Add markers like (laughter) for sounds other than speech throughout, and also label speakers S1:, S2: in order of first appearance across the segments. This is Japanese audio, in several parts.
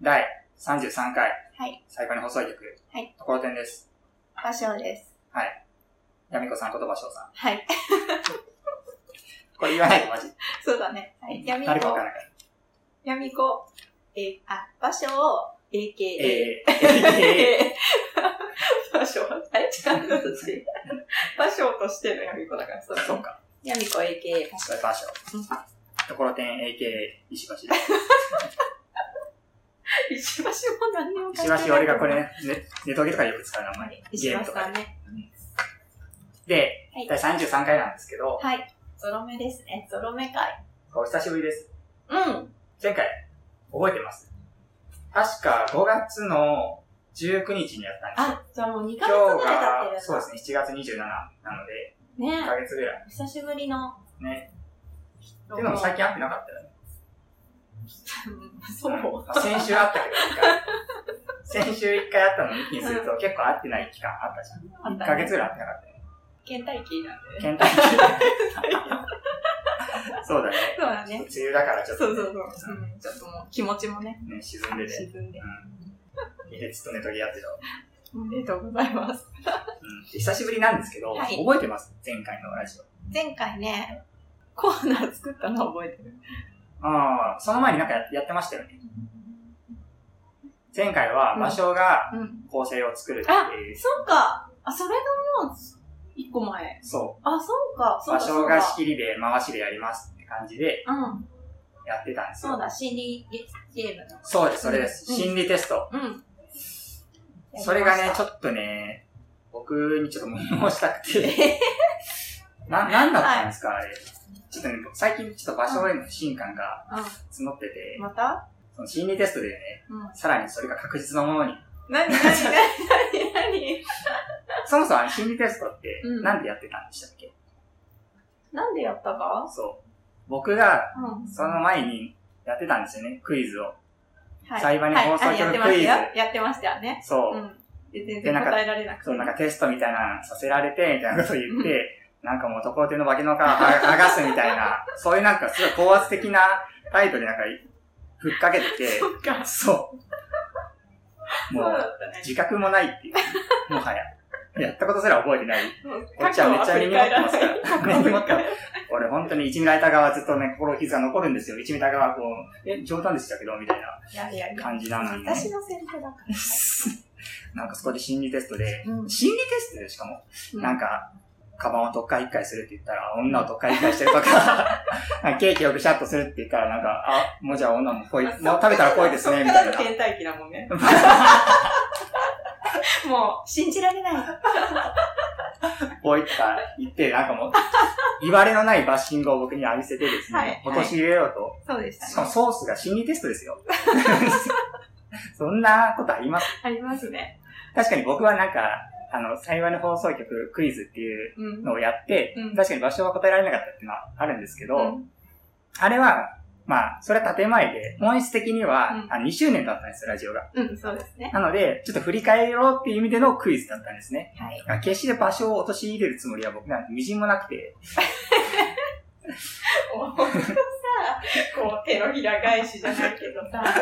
S1: 第33回、
S2: はい。
S1: 最後に放送局、
S2: はい、
S1: ところてんです。
S2: 場所です。
S1: はい。やみこさんことばしょうさん。
S2: はい。
S1: これ言わないで、マジ。
S2: (laughs) そうだね。はい。闇
S1: 誰かわ
S2: 子
S1: か。らないから。
S2: 闇子。え、あ、場所を AKA。
S1: ええ
S2: (laughs) 場所あれ違うの私。場所としての闇子だから、そう
S1: ー、そうか。
S2: 闇子 AKA 場
S1: それ場所。
S2: 所。
S1: ところてん AKA 石橋。
S2: 石橋も何にも関係ない
S1: 石橋、俺がこれね、ねネトゲとかよく使う名前。
S2: 石橋さんね。
S1: で、
S2: はい
S1: 第33回なんですけど、
S2: はい。ゾロ目ですね。ゾロ目会。
S1: お久しぶりです。
S2: うん。
S1: 前回、覚えてます確か5月の19日にやったんですよ。
S2: あ、じゃあもう2ヶ
S1: 今
S2: 月ぐ
S1: 日
S2: らい経って
S1: が、
S2: る
S1: そうですね、7月27なので、1
S2: ね
S1: ヶ月ぐらい。
S2: 久しぶりの。
S1: ね。っていうのも最近会ってなかったよね。
S2: (laughs) そう。
S1: あ先週会ったけど、一回。先週一回会ったのに一気にすると結構会ってない期間あったじゃん。
S2: あった
S1: 1ヶ月ぐ
S2: (laughs)
S1: らい会ってなかったよね。
S2: 倦怠期なんで。
S1: 倦怠
S2: (laughs)
S1: 期。そうだね。
S2: そうだね。
S1: 梅雨だからちょっ
S2: そ
S1: と
S2: う
S1: ね、
S2: そうそう。うん、ちょっともう気持ちもね、
S1: ね、沈んでて。
S2: 沈んで。
S1: うん。で、ずっと寝ときやってた。
S2: おめでとうございます。
S1: うん。久しぶりなんですけど、
S2: はい
S1: 覚えてます前回のラジオ。
S2: 前回ね、コーナー作ったの覚えてる。
S1: ああ、その前になんかややってましたよね。前回は、魔性が
S2: うん。
S1: 構成を作るっていう、
S2: そっか。あ、それがもう、一個前。
S1: そ
S2: あ、そうか。
S1: う。
S2: そう
S1: 魔
S2: だそ
S1: 性
S2: う
S1: が
S2: だ。
S1: 仕切りで回しでやりますって感じで
S2: うん。
S1: やってたんですよ。
S2: そうだ、心理ゲームの。
S1: そうです、それです。
S2: うん
S1: 心理テスト。
S2: うん。
S1: それがね、ちょ
S2: っと。
S1: っとね、僕にちょっと物申したくて。な、なんだったんですか、あれ。ちょっとね、最近ちょっと場所への不信感が
S2: う
S1: 募ってて
S2: ん。、また
S1: その心理テストでね、
S2: うん。
S1: さらにそれが確実なものに。
S2: なになになになに
S1: そもそもあの心理テストって
S2: うん
S1: なんでやってたんでしたっけ、
S2: なんでやったか
S1: そう。僕が
S2: うん。
S1: その前にやってたんですよね、クイズを。
S2: はい。
S1: 裁判員放送
S2: はいあやって
S1: 局
S2: ま
S1: クイ
S2: し
S1: ズ
S2: たよ。やってましたよね。
S1: そう。
S2: うん。で、全
S1: で
S2: 然
S1: なんか
S2: 答えられなくて。
S1: そう、なんかテストみたいなのさせられて、みたいなこと言って、なんかもうところてんの化けの皮剥がすみたい (laughs) な、そういうなんかすごい高圧的な態度でなんかい、ふっかけてて、
S2: そっか。
S1: そう。
S2: そ
S1: も
S2: うだ
S1: う、
S2: ったね。
S1: 自覚もないっていう。もはや。やったことすら覚えてない。こ
S2: こ
S1: っちはめっちゃ根に持ってますか
S2: い。
S1: ら。根に持ってます。俺本当に1ミラー板側ずっとね、心傷が残るんですよ。1ミラー側はこう、え、冗談でしたけど、みたいな
S2: やいやいや。
S1: 感じなのに。
S2: 私のセリフだか
S1: (laughs) なんかそこで心理テストで、
S2: ら。う
S1: 心理テストでしかも、
S2: ん
S1: なんか、カバンを特化一回するって言ったら、女を特化一回してると
S2: (laughs)
S1: か、ケーキをぐしゃっとするって言ったら、なんか、あ、もうじゃあ女もぽい、もう食べたらぽいですね、みたい
S2: そ
S1: な
S2: っから。倦怠期だも
S1: (laughs)
S2: んね。もう、信じられない。
S1: ぽいとか言って、なんかもう、言われのないバッシングを僕に浴びせてですね、
S2: はい
S1: 落とし入れようと。
S2: そうでし
S1: したかも
S2: ね。
S1: ソースが心理テスト
S2: (laughs)
S1: ですよ。そんなことあります
S2: ありますね。
S1: 確かに僕はなんか、あの、幸いの放送局クイズっていう
S2: うん。
S1: のをやって、
S2: うん
S1: 確かに場所は答えられなかったっていうのはあるんですけど、
S2: うん
S1: あれは、まあ、それは建前で、本質的には、
S2: うん
S1: あ2周年だったんですよ、ラジオが。
S2: うん、そうですね。
S1: なので、ちょっと振り返ろうっていう意味でのクイズだったんですね。
S2: はい。
S1: あ決して場所を陥れるつもりは僕なんて微塵もなくて、
S2: もうさ、こう、手のひら返しじゃないけどさ、
S1: (laughs)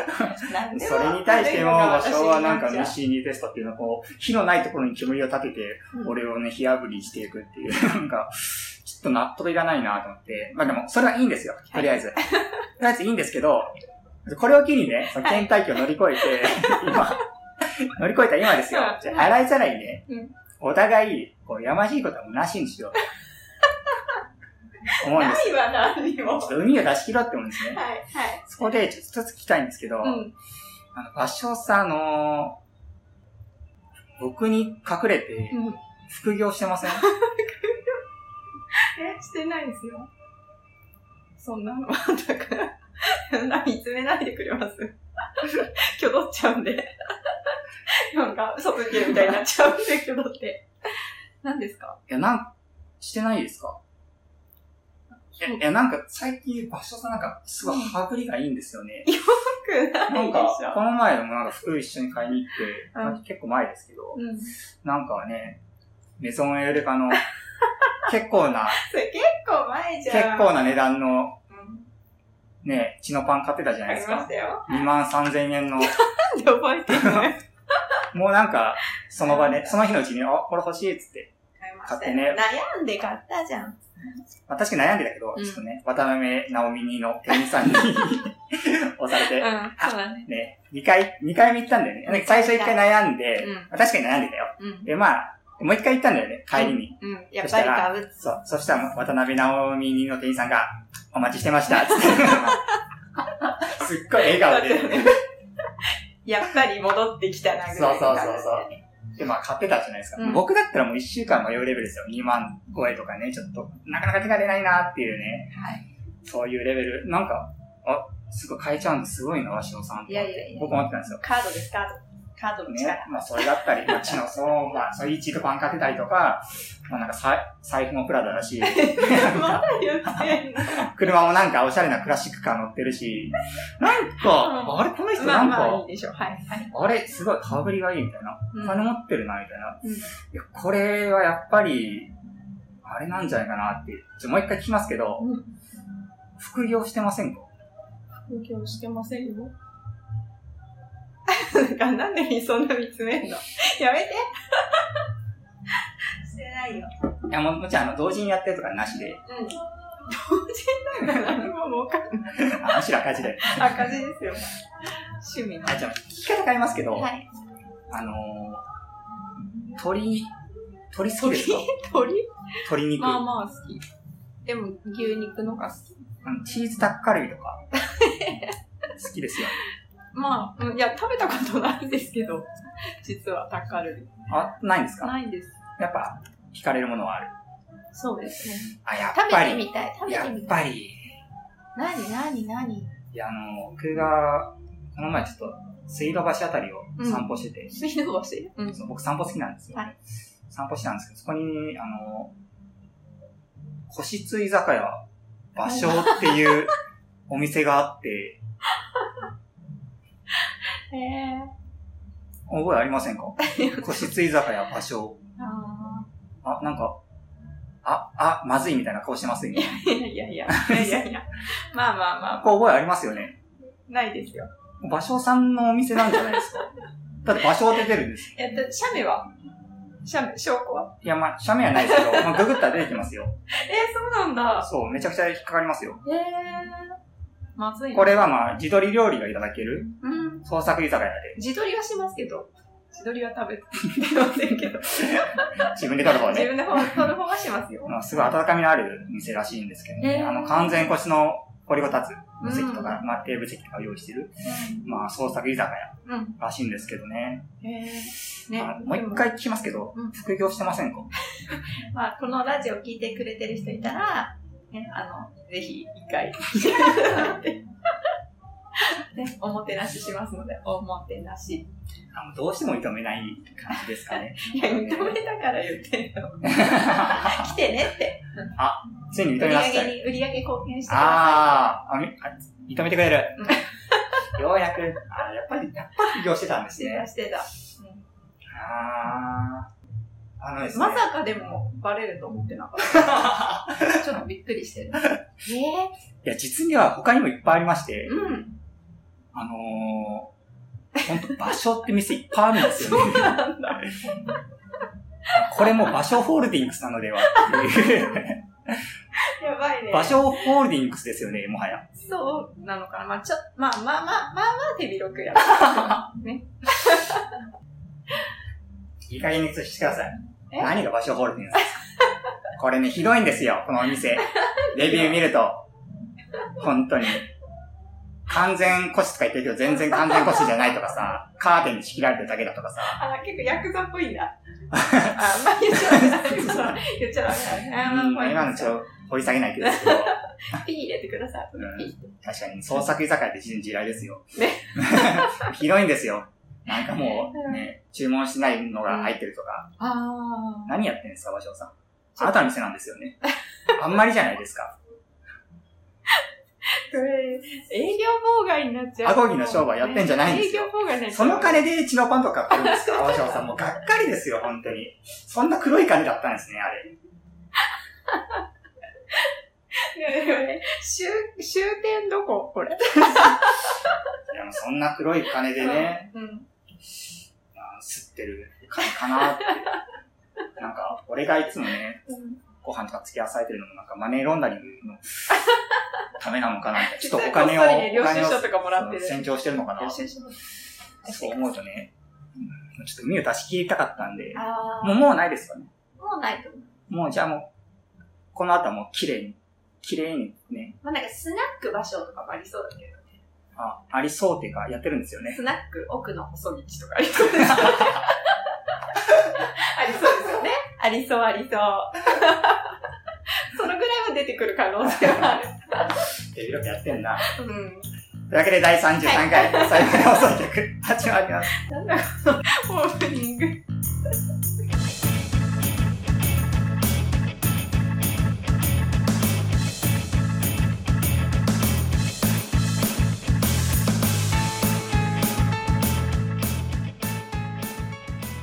S2: なんでも
S1: それに対しても場所はなんか
S2: 私になっち
S1: 西にテストっていうのをこう、火のないところに煙を立てて、
S2: ゃううん
S1: 俺をね、火炙りしていくっていう、 (laughs) なんか、ちょっと納得いかないなと思って、まあでも、それはいいんですよ、とりあえず。とりあえずいいんですけど、これを機にね、その県大会を乗り越え
S2: (laughs)
S1: て、今、乗り越えた今ですよ
S2: うん。
S1: じゃあ洗いざらいね
S2: うん、
S1: お互い、こう、やましいことはもうなしにしよう
S2: (laughs)
S1: と。思うんです
S2: ないわ、何に
S1: よ。
S2: も。
S1: ちょっ
S2: は
S1: と海を出し切ろうって思うんです
S2: い、
S1: ね。
S2: はい。
S1: そこで、ちょっと一つ聞きたいんですけど、
S2: うん。
S1: あの、場所さ、あの僕に隠れて
S2: うん。
S1: 副業してません
S2: え、してないですよ。そんなの (laughs) は、だから、そんな見つめないでくれます。 (laughs) きょどっちゃうんで。なんか、卒業みたいになっちゃうんで、きょどって。何ですか
S1: いや、なん、してないですかいや、いやなんか最近場所さんなんか、すごい羽振りがいいんですよね。
S2: くないで
S1: なん
S2: し
S1: か、
S2: ょ。
S1: この前もなんか服一緒に買いに行って、
S2: うん
S1: まあ結構前ですけど、
S2: うん。
S1: なんかね、メゾンエウレカ
S2: (laughs)
S1: の、結構な、
S2: それ結構前じ
S1: 結
S2: ゃん。
S1: 構な値段の
S2: うん。
S1: ね、チノパン買ってたじゃ
S2: あ
S1: ないで
S2: り
S1: す
S2: まし
S1: か。
S2: たよ。
S1: 2万3000円の、
S2: なんで覚えて (laughs) んのよ。
S1: もうなんか、その場で、その日のうちに、あ、これ欲しいっつって。
S2: 買いま
S1: 買
S2: し
S1: ったて
S2: よ。
S1: ね
S2: 悩んで買ったじゃん。
S1: まあ、確かに悩んでたけど、
S2: うん
S1: ちょっとね、渡辺直美にの店員さんに (laughs) 押され
S2: うん、
S1: て、
S2: そうだね。
S1: ね、2回、二回目行ったんだよね。最初1回悩んで、
S2: うん
S1: まあ確かに悩んでたよ。
S2: うん。
S1: で、まあ、もう1回行ったんだよね、帰りに。
S2: うん。やっぱり買う。
S1: そう。そしたら、渡辺直美の店員さんが、お待ちしてました、
S2: (laughs)
S1: つって。すっごい笑顔で。
S2: やっぱり戻ってきたな、ぐ
S1: そ
S2: ら
S1: う
S2: い
S1: そ
S2: の
S1: うそう
S2: 感じ
S1: そう。で、まあ、買ってたじゃないですか。
S2: うん
S1: 僕だったらもう1週間迷うレベルですよ。2万超えとかね、ちょっと、なかなか手が出ないなっていうね。
S2: はい
S1: そういうレベル。なんか、あ、すごい買えちゃうんですごいな、わしのさんって。
S2: いやいやいや。
S1: 僕思ってたんですよ。
S2: カードです、カード。カードの力。
S1: ね、まあ、それだったり、まあ、チノそう、まあ、そういうチートパン買ってたりとか、まあ、なんかさ、財布もプラダだ
S2: (laughs)
S1: し、
S2: (laughs) まだ言ってんの (laughs)
S1: 車もなんかおしゃれなクラシックカー乗ってるし、なん
S2: う
S1: か、
S2: ん
S1: あれこの人
S2: ま
S1: な
S2: あ
S1: ん
S2: まあい
S1: か
S2: い、でしょう。はい。はい。
S1: あれすごい羽振りがいいみたいな。
S2: う
S1: お
S2: ん
S1: 金持ってるな、みたいな。
S2: うん
S1: いや、これはやっぱり、あれなんじゃないかなって。ちょもう一回聞きますけど、
S2: うん
S1: 副業してませんか
S2: 勉強してませんよ。なんか、 (laughs) なんでそんな見つめんの (laughs) やめてしてないよ。
S1: いや、ももちろん、あの、同時にやってるとかなしで、
S2: うん。同時なんだ、何も儲かんない。
S1: あむしろ赤字で。
S2: 赤字ですよ。趣味の。
S1: あ、じゃあ、聞き方変えますけど、
S2: はい。
S1: あのー、鳥、鳥好きですか
S2: 鳥
S1: 鶏肉、
S2: まあまあ好き。でも、牛肉のが好き。
S1: あのチーズタッカルビと
S2: (laughs)
S1: か、好きですよ。
S2: まあ、うんいや、食べたことないですけど、実はタッカルビ。
S1: あ、ないんですか
S2: ないです。
S1: やっぱ、惹かれるものはある。
S2: そうですね。
S1: あ、やっ
S2: 食
S1: ぱ
S2: べて
S1: り。
S2: みたい。食べ
S1: や
S2: て
S1: っ
S2: みたい。
S1: ぱり。
S2: 何何何
S1: いや、あの、僕が、この前ちょっと、水道橋あたりを散歩してて、
S2: 水道橋うん。
S1: そう僕散歩好きなんですよ、
S2: はい
S1: 散歩してたんですけど、そこに、あの、個室居酒屋、場所っていうお店があって、
S2: へえ。
S1: 覚えありません
S2: (laughs)
S1: か個室居酒屋、場所。
S2: (laughs) あ
S1: あ、なんか、あ、あ、まずいみたいな顔してますよ、ね。
S2: あ。いやい
S1: (laughs)
S2: やいや。いやいやいや。まあまあまあ、
S1: こう覚えありますよね。
S2: ないですよ。
S1: 場所さんのお店なんじゃない
S2: (laughs)
S1: ですかだって場所って出るんですよ。
S2: えっと、写メは写メ、証拠はい
S1: や、まあ、写メはないですけ
S2: (laughs)
S1: ど、まあ、ググったら出てきますよ。
S2: えー、そうなんだ。
S1: そう、めちゃくちゃ引っかかりますよ。
S2: へえ。まずいな
S1: これはまあ、自撮り料理がいただける
S2: うん。
S1: 創作居酒屋で、
S2: 自撮りはしますけど、自撮りは食べてませんけど、
S1: 自分で撮る方
S2: 自
S1: ね。
S2: 分でほ撮る方はしますよ。
S1: まあ、すごい温かみのある店らしいんですけど
S2: へ
S1: ね。
S2: ー
S1: あの、完全個室の掘りごたつ、無席とか、
S2: う
S1: まあ、テーブル席とかを用意してる、まあ、創作居酒屋
S2: うん。
S1: らしいんですけどね。
S2: うん。へえ。ね
S1: まあ、もう一。回聞きますけど
S2: うん、
S1: 副業してませんか
S2: まあ、このラジオ聞いてくれてる人いたら、ね、あの、ぜひ一回、ね、おもてなししますので、おもてなし。
S1: あのどうしても認めない感じですかね。
S2: (laughs) いや、認めたから言ってんの。来てねって。
S1: ついに認
S2: 売
S1: め
S2: り
S1: まし
S2: 上
S1: た
S2: げ
S1: よ。
S2: に、売り上げ貢献してくださ
S1: あーあみあ、認めてくれる。ようやく、あーやっぱり、やっぱり副業してたんで
S2: い。
S1: す
S2: して
S1: ね
S2: た、。してた。
S1: あーあのですね。
S2: まさかでもバレると思ってなかっ
S1: い
S2: た。
S1: (laughs)
S2: ちょっとびっくりしてる。 (laughs) え
S1: や、実には他にもいっぱいありまして
S2: え、うん。
S1: あのー、ほんと場所って店いっぱいあるんですよね。
S2: なんだ。
S1: これも場所ホールディングスなのではって
S2: (laughs)
S1: いう。
S2: やばいね。
S1: 場所ホールディングスですよね、もはや。
S2: そうなのかな。まあ、ちょ、まあまあまあ、まあまあ手広
S1: (laughs)
S2: くやる。ね。
S1: いい加減にしてください。
S2: え
S1: 何が場所ホールディングスですかこれね、ひどいんですよ、このお (laughs) 店。レビュー見ると。本当に。完全個室とか言ってるけど、全然完全個室じゃないとかさ、カーテンに仕切られてるだけだとかさ。
S2: あ、結構ヤクザっぽいん
S1: (laughs)
S2: だ。あ、まあ言っちゃダメだ。言っちゃダメだ。あ、まあ
S1: うん、今のちょっと掘り下げないけどですけど、
S2: ピー入れてください。
S1: うん、確かに創作居酒屋って非常に地雷ですよ。
S2: ね
S1: (laughs) ひどいんですよ。なんかもう、ね、注文しないのが入ってるとか、
S2: ああ。
S1: 何やってんですか、和尚さん。あなたの店なんですよね。あんまりじゃないですか。
S2: これ、営業妨害になっちゃう。
S1: アコギの商売やってんじゃないんですよ
S2: 営業妨害になっち
S1: (laughs) そ
S2: ゃう。
S1: の金でチノパンとか買ってるんです
S2: (laughs)
S1: か、和尚さん。もうがっかりですよ、本当に。そんな黒い金だったんですね、あれ。
S2: ねでもね、 (laughs) 終、終点どここれ。
S1: いや、もうそんな黒い金でね、
S2: うん。
S1: あー吸ってる金かなって。 (laughs) なんか、俺がいつもね、
S2: うん。
S1: ご飯とか付き合わされてるのもなんかマネーロンダリングのためなのかなみ
S2: (laughs)
S1: たいな。ち
S2: 実
S1: ょっとお
S2: 際こっ
S1: 金を、
S2: そりね、領
S1: お金
S2: 収
S1: を
S2: 書とかもらってる。
S1: そう
S2: 領
S1: 洗浄してるのかな
S2: 収書。
S1: そう思うとね、うんちょっと海を出し切りたかったんで、
S2: ああ。
S1: もうもうないですかね。
S2: もうないと思う。
S1: もうじゃあもう、この後はもう綺麗に、綺麗にね、
S2: まあなんかスナック場所とかもありそうだけどね。
S1: あありそうっていうかやってるんですよね。
S2: スナック奥の細道とかありそうですよね。ありそうですよね。 (laughs) ありそう、ありそう。 (laughs) そのぐらいは出てくる可能性はある。
S1: いろいろやってんな。
S2: うん。
S1: というわけで第33回、最後の放送局、立ち回ります。
S2: (laughs) なんだこのオープニング。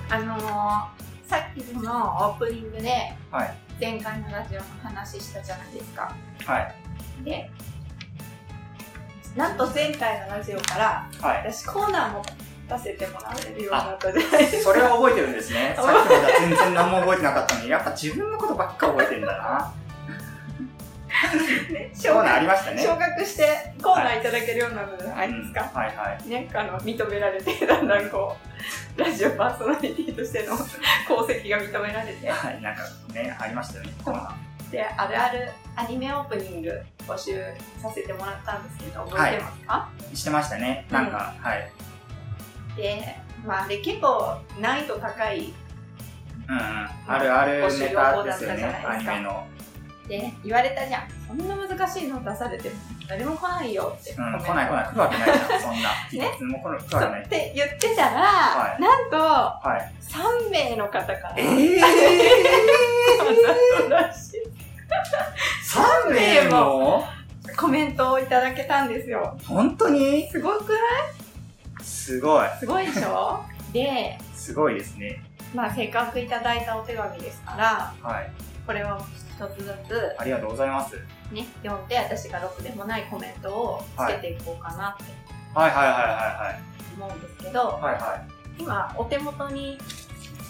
S2: あのーさっきのオープニングで、
S1: はい
S2: 前回のラジオの話したじゃないですか。
S1: はい。
S2: で、なんと前回のラジオから、
S1: はい。
S2: 私コーナーも出せてもらえるようになったじゃない (laughs) ですか。
S1: それは覚えてるんですね。さっきまでは全然何も覚えてなかったのに、やっぱ自分のことばっか覚えてんだな。
S2: ね
S1: そう
S2: 昇
S1: なあ
S2: 格
S1: りましたね。
S2: 昇格してコーナーいただけるようになったじゃないですか。
S1: うんはいはい。
S2: ね、あの認められて、だんだんこう、 (laughs) ラジオパーソナリティとしての功績が認められて、
S1: はい、なんかね、ありましたよね、コーナー。
S2: で、あるあるアニメオープニング募集させてもらったんですけど、覚えてますか、
S1: してましたね。なんか、はい。
S2: で、まあ、で結構難易度高い
S1: うんうん。あるあるネタですよね、
S2: ご
S1: ア
S2: 指
S1: ニ
S2: 導
S1: メの。
S2: って言われたじゃん。そんな難しいの出されても誰も来ないよって。
S1: うん、来ない来ない。来るわけないじゃん、 (laughs) そんな。
S2: ね
S1: いつも来る来る
S2: そ
S1: わ
S2: う
S1: けない
S2: っ。て言ってたら、
S1: はい
S2: なんと、
S1: はい。
S2: 3名の方から
S1: え
S2: わ
S1: (laughs)
S2: ざとらしい
S1: ぇー !3 名も
S2: コメントをいただけたんですよ
S1: 本当に
S2: すごくない
S1: すごい。
S2: すごいで
S1: (laughs)
S2: しょです
S1: ごいですね。
S2: まあせっかくいただいたお手紙ですから
S1: はい。
S2: これを一つずつ
S1: ありがとうございます。
S2: ね読んで私がろくでもないコメントをつけていこうかなって
S1: はいはいはい
S2: 思うんですけど、
S1: はいはい。はいはい。
S2: 今お手元に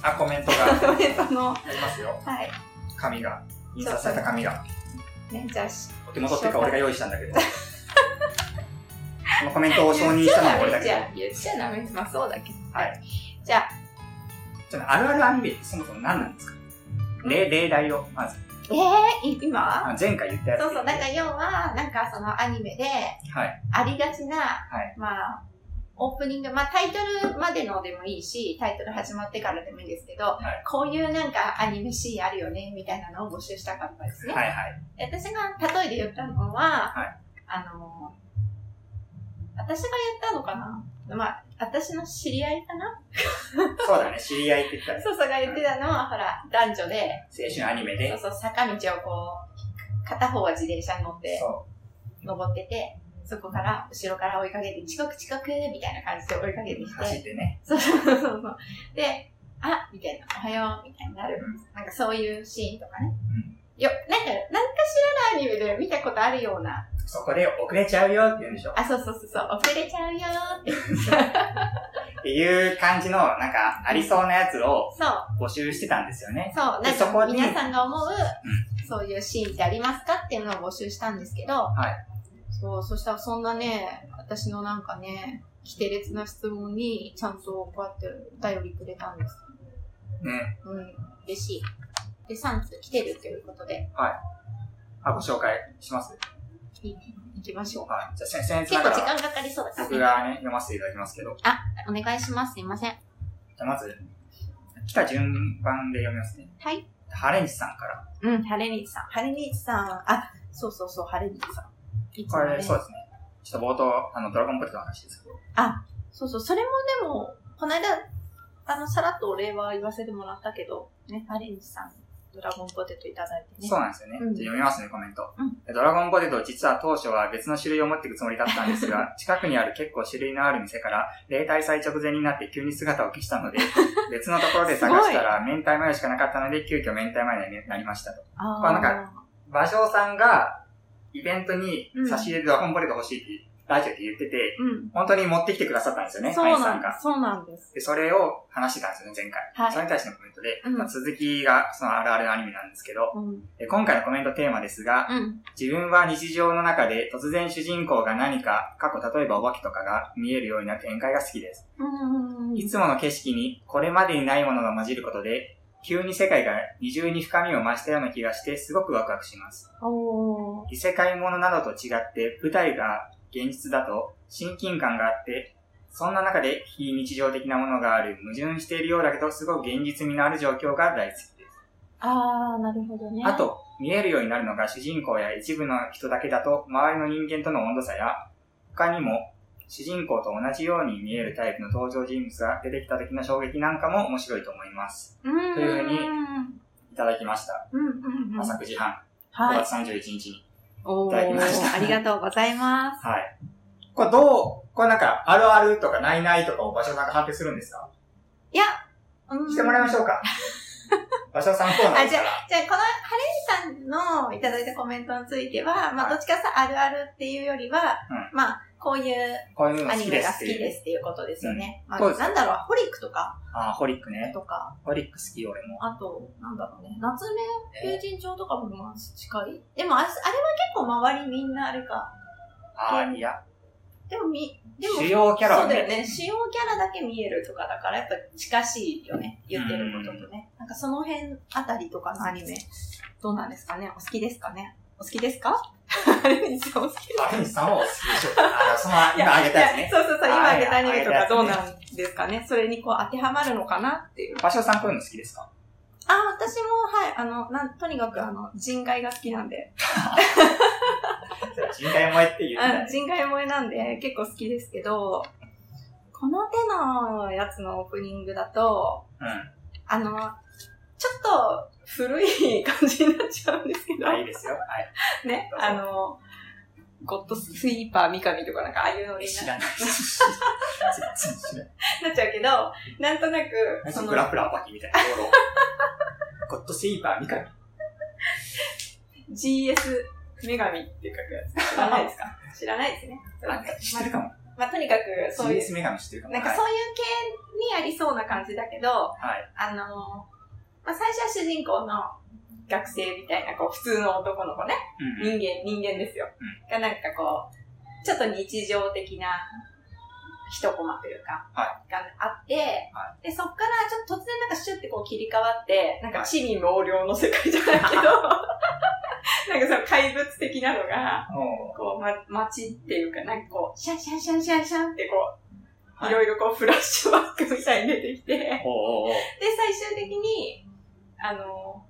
S1: あ、コメントが
S2: コメントの
S1: ありますよ。
S2: はい
S1: 紙が。印刷された紙が。
S2: ねじゃあし
S1: お手元っていうか俺が用意したんだけど。 (laughs) そのコメントを承認したのは俺だけど
S2: 言っちゃダ。メ言っちゃダメまあそうだけど
S1: はい
S2: じゃあ
S1: ちょっとあるあるアニメってそもそも何なんですか例例題を、まず。
S2: えー、い今
S1: あ前回言ったやつ。
S2: そうそう、なんか要は、なんかそのアニメで、
S1: はい。
S2: ありがちな、
S1: い
S2: まあ、オープニング、まあタイトルまでのでもいいし、タイトル始まってからでもいいですけど、
S1: い
S2: こういうなんかアニメシーンあるよね、みたいなのを募集したかったですね。
S1: はいはい。
S2: で私が例えで言ったのは、あの、私が言ったのかなまあ、私の知り合いかな
S1: そうだね、知り合いって言ったら、
S2: そうそうが言ってたのは、ほら、男女で、
S1: 青春アニメで。
S2: そうそう、坂道をこう、片方は自転車に乗って、
S1: そ
S2: 登ってて、そこから、後ろから追いかけて、遅刻遅刻みたいな感じで追いかけてき、
S1: う。走っててね。
S2: そうそうそうそう。で、あみたいな、おはようみたいになる。なんかそういうシーンとかね。よ、なんか、なんか知らないアニメで見たことあるような、
S1: そこで遅れちゃうよって言うんでしょ。っ
S2: あ、そうそうそうそう、遅れちゃうよーって。
S1: ていう感じの、なんか、ありそうなやつを
S2: そう、
S1: 募集してたんですよね。
S2: そう、
S1: で
S2: なん
S1: そこ
S2: か
S1: に
S2: 皆さんが思う、そういうシーンってありますかっていうのを募集したんですけど、
S1: い
S2: そう、そしたらそんなね、私のなんかね、規定列な質問にちゃんとこうやってお便りくれたんです。
S1: ね。
S2: うん、嬉しい。で、3つ来てるということで、
S1: あ、ご紹介します。
S2: い行きましょう。
S1: はい。じゃあ、先先日
S2: 結
S1: な
S2: 構
S1: が
S2: 時間
S1: ら、
S2: かかりそうだから、
S1: 僕
S2: ね、
S1: がね、読ませていただきますけど。じ
S2: お願いします。すいません。
S1: ゃあ、まず、来た順番で読みますね。
S2: はい。
S1: ハレンチさんから。
S2: うん、ハレニーチさん。ハレニーチさん、あ、そうそうそう、ハレニーチさん。いつ
S1: こ
S2: も
S1: れ、
S2: ね、
S1: そうですね。ちょっと冒頭、あの、ドラゴンボールの話ですけど。
S2: そうそう、それもでも、この間、あの、さらっとお礼は言わせてもらったけど、ね、アレンジさん、ドラゴンポテトいただいてね。
S1: そうなんですよね。
S2: うん
S1: じゃあ読みますね、コメント、
S2: うん
S1: ドラゴンポテト、実は当初は別の種類を持っていくつもりだったんですが、近くにある結構種類のある店から、例大祭直前になって急に姿を消した
S2: (laughs)
S1: ので、別のところで探したら、明太マヨしかなかったので、急遽明太マヨになりましたと。
S2: あ
S1: まあなん
S2: か、
S1: 馬匠さんが、イベントに差し入れでドラゴンボールが欲しいって、ラジオで言ってて、
S2: うん。
S1: 本当に持ってきてくださったんですよね、
S2: そう
S1: アイさ
S2: なんんです
S1: が。。
S2: そうなんです。
S1: で、それを話してたんですよね、前回。
S2: はい
S1: それに対してのコメントで、
S2: うん
S1: まあ続きがそのあるあるのアニメなんですけど、
S2: うん。
S1: え今回のコメントテーマですが、
S2: うん。
S1: 自分は日常の中で突然主人公が何か、過去例えばお化けとかが見えるようになる展開が好きです。
S2: うん。
S1: いつもの景色にこれまでにないものが混じることで、急に世界が二重に深みを増したような気がしてすごくワクワクします。
S2: おー。
S1: 異世界ものなどと違って舞台が現実だと親近感があって、そんな中で非日常的なものがある、矛盾しているようだけどすごく現実味のある状況が大好きです。
S2: あー、なるほどね。
S1: あ、と、見えるようになるのが主人公や一部の人だけだと、周りの人間との温度差や、他にも、主人公と同じように見えるタイプの登場人物が出てきた時の衝撃なんかも面白いと思います。
S2: うん。
S1: というふうに
S2: うん。
S1: いただきました。
S2: うん。うん。
S1: 朝9時半、
S2: は
S1: 5
S2: い。
S1: 月31日に。
S2: お
S1: いただきました
S2: ーありがとうございます。
S1: はい。これどう、これなんか、あるあるとかないないとかを場所さんが判定するんですか
S2: うん
S1: してもらいましょう
S2: (laughs)
S1: か。場所さんコーナーですか
S2: じゃあ、このハレンさんのいただいたコメントについては、ま
S1: は
S2: あ、
S1: い
S2: どっちかさ、あるあるっていうよりは、まあ、こういう
S1: ら、こういうの
S2: ア
S1: 好
S2: ニ
S1: き
S2: メ
S1: で
S2: が
S1: すって
S2: 好き
S1: いう。
S2: ですっていうことですよね。まあ、
S1: そうです
S2: なんだろう、ホリックとか、
S1: あー、ホリックね。
S2: とか、
S1: ホリック好き、俺も。
S2: あと、なんだろうね、夏目友人帳とかもまあ近い。でもあ、あれは結構周りみんなあれか。
S1: あー、いや。
S2: でもみ、でも、
S1: 主要キャラ
S2: そ
S1: は
S2: うだ
S1: ね
S2: よ、ね。主要キャラだけ見えるとかだから、やっぱ近しいよね。言ってることとね。なんかその辺あたりとかのアニメ、どうなんですかねお好きですかねお好きですかあれにお好き
S1: あ、フンさんはお好きでしょうか。あ、その、今あげたやつ
S2: いや
S1: ね。
S2: そうそうそう、今
S1: あ
S2: あげたアニメと
S1: あ
S2: か
S1: げたや
S2: どう
S1: つね
S2: なんですかねそれにこう当てはまるのかなっていう。
S1: 場所さんこういうの好きですか
S2: あ、私も、はい、あの、なん、とにかくあの、人外が好きなんで、
S1: 人体萌えっていう
S2: あ
S1: ね。
S2: 人外萌えなんで結構好きですけど、この手のやつのオープニングだと、
S1: う
S2: あの、ちょっと古い感じになっちゃうんですけ
S1: ん。
S2: ど
S1: あ、、いいですよ。はい。
S2: ね
S1: ど、うぞ
S2: あの、ゴッドスイーパー三上とかなんかああいうのに
S1: 知
S2: な
S1: らない。全然知ら
S2: なっちゃうけど、なんとなく、
S1: な
S2: そ
S1: い。
S2: の
S1: グ、ラフラーバキみたいなところ。ゴッドスイーパーみたいな。
S2: GS 女神って書くやつ知らないですか知らないですね。
S1: あ、知ってるかも。
S2: まあ、とにかく、そういう
S1: CS 女神知ってるかも。
S2: なんかそういう系にありそうな感じだけど、
S1: はい
S2: あのーまあ、最初は主人公の学生みたいな、こう、普通の男の子ね、
S1: うん
S2: 人間、人間ですよ。がなんかこう、ちょっと日常的な一コマというか、
S1: は
S2: があって、で、そっからちょっと突然なんかシュッてこう切り替わって、なんか地味猛量の世界じゃない
S1: (laughs)
S2: けど、なんかその怪物的なのが、
S1: も
S2: こう、ま、街っていうか、なんかこう、シャンシャンシャンシャンシャンってこう、
S1: はい
S2: いろいろこう、フラッシュバックみたいに出てきて、
S1: う、おうおうおう
S2: で、最終的に、あの、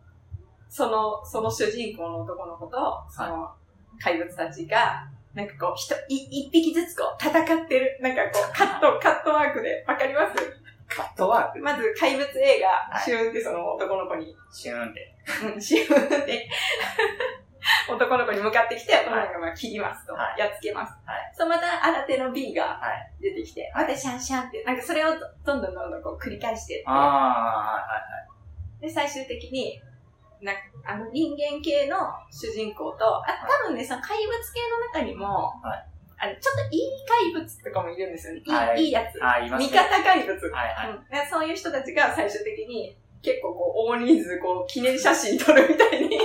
S2: その、その主人公の男の子と、その、怪物たちが、なんかこう、ひとい一匹ずつこう、戦ってる。なんか
S1: (laughs)
S2: こう、カット、カットワークで、わかります
S1: カットワーク
S2: まず、怪物 A が
S1: は、い
S2: シューンってその男の子に、
S1: シューンって。
S2: うん、シューンって、 (laughs) 男の子に向かってきて、男の子がまあ切りますと、
S1: は
S2: やっつけます。
S1: はい
S2: そう、また新手の B が
S1: は
S2: 出てきて、またシャンシャンって、なんかそれをどんどんどんどんこう繰り返してって
S1: あー、は
S2: で、最終的に、なんか、あの、人間系の主人公と、あ、多分ね、その怪物系の中にも、
S1: は
S2: あの、ちょっといい怪物とかもいるんですよね。いい,、
S1: はい
S2: い、いやつ。
S1: いはいはい。あー、言います
S2: 味
S1: ね。
S2: 方怪物、
S1: はいはい。
S2: うんでそういう人たちが最終的に、結構こう、大人数、こう、記念写真撮るみたいに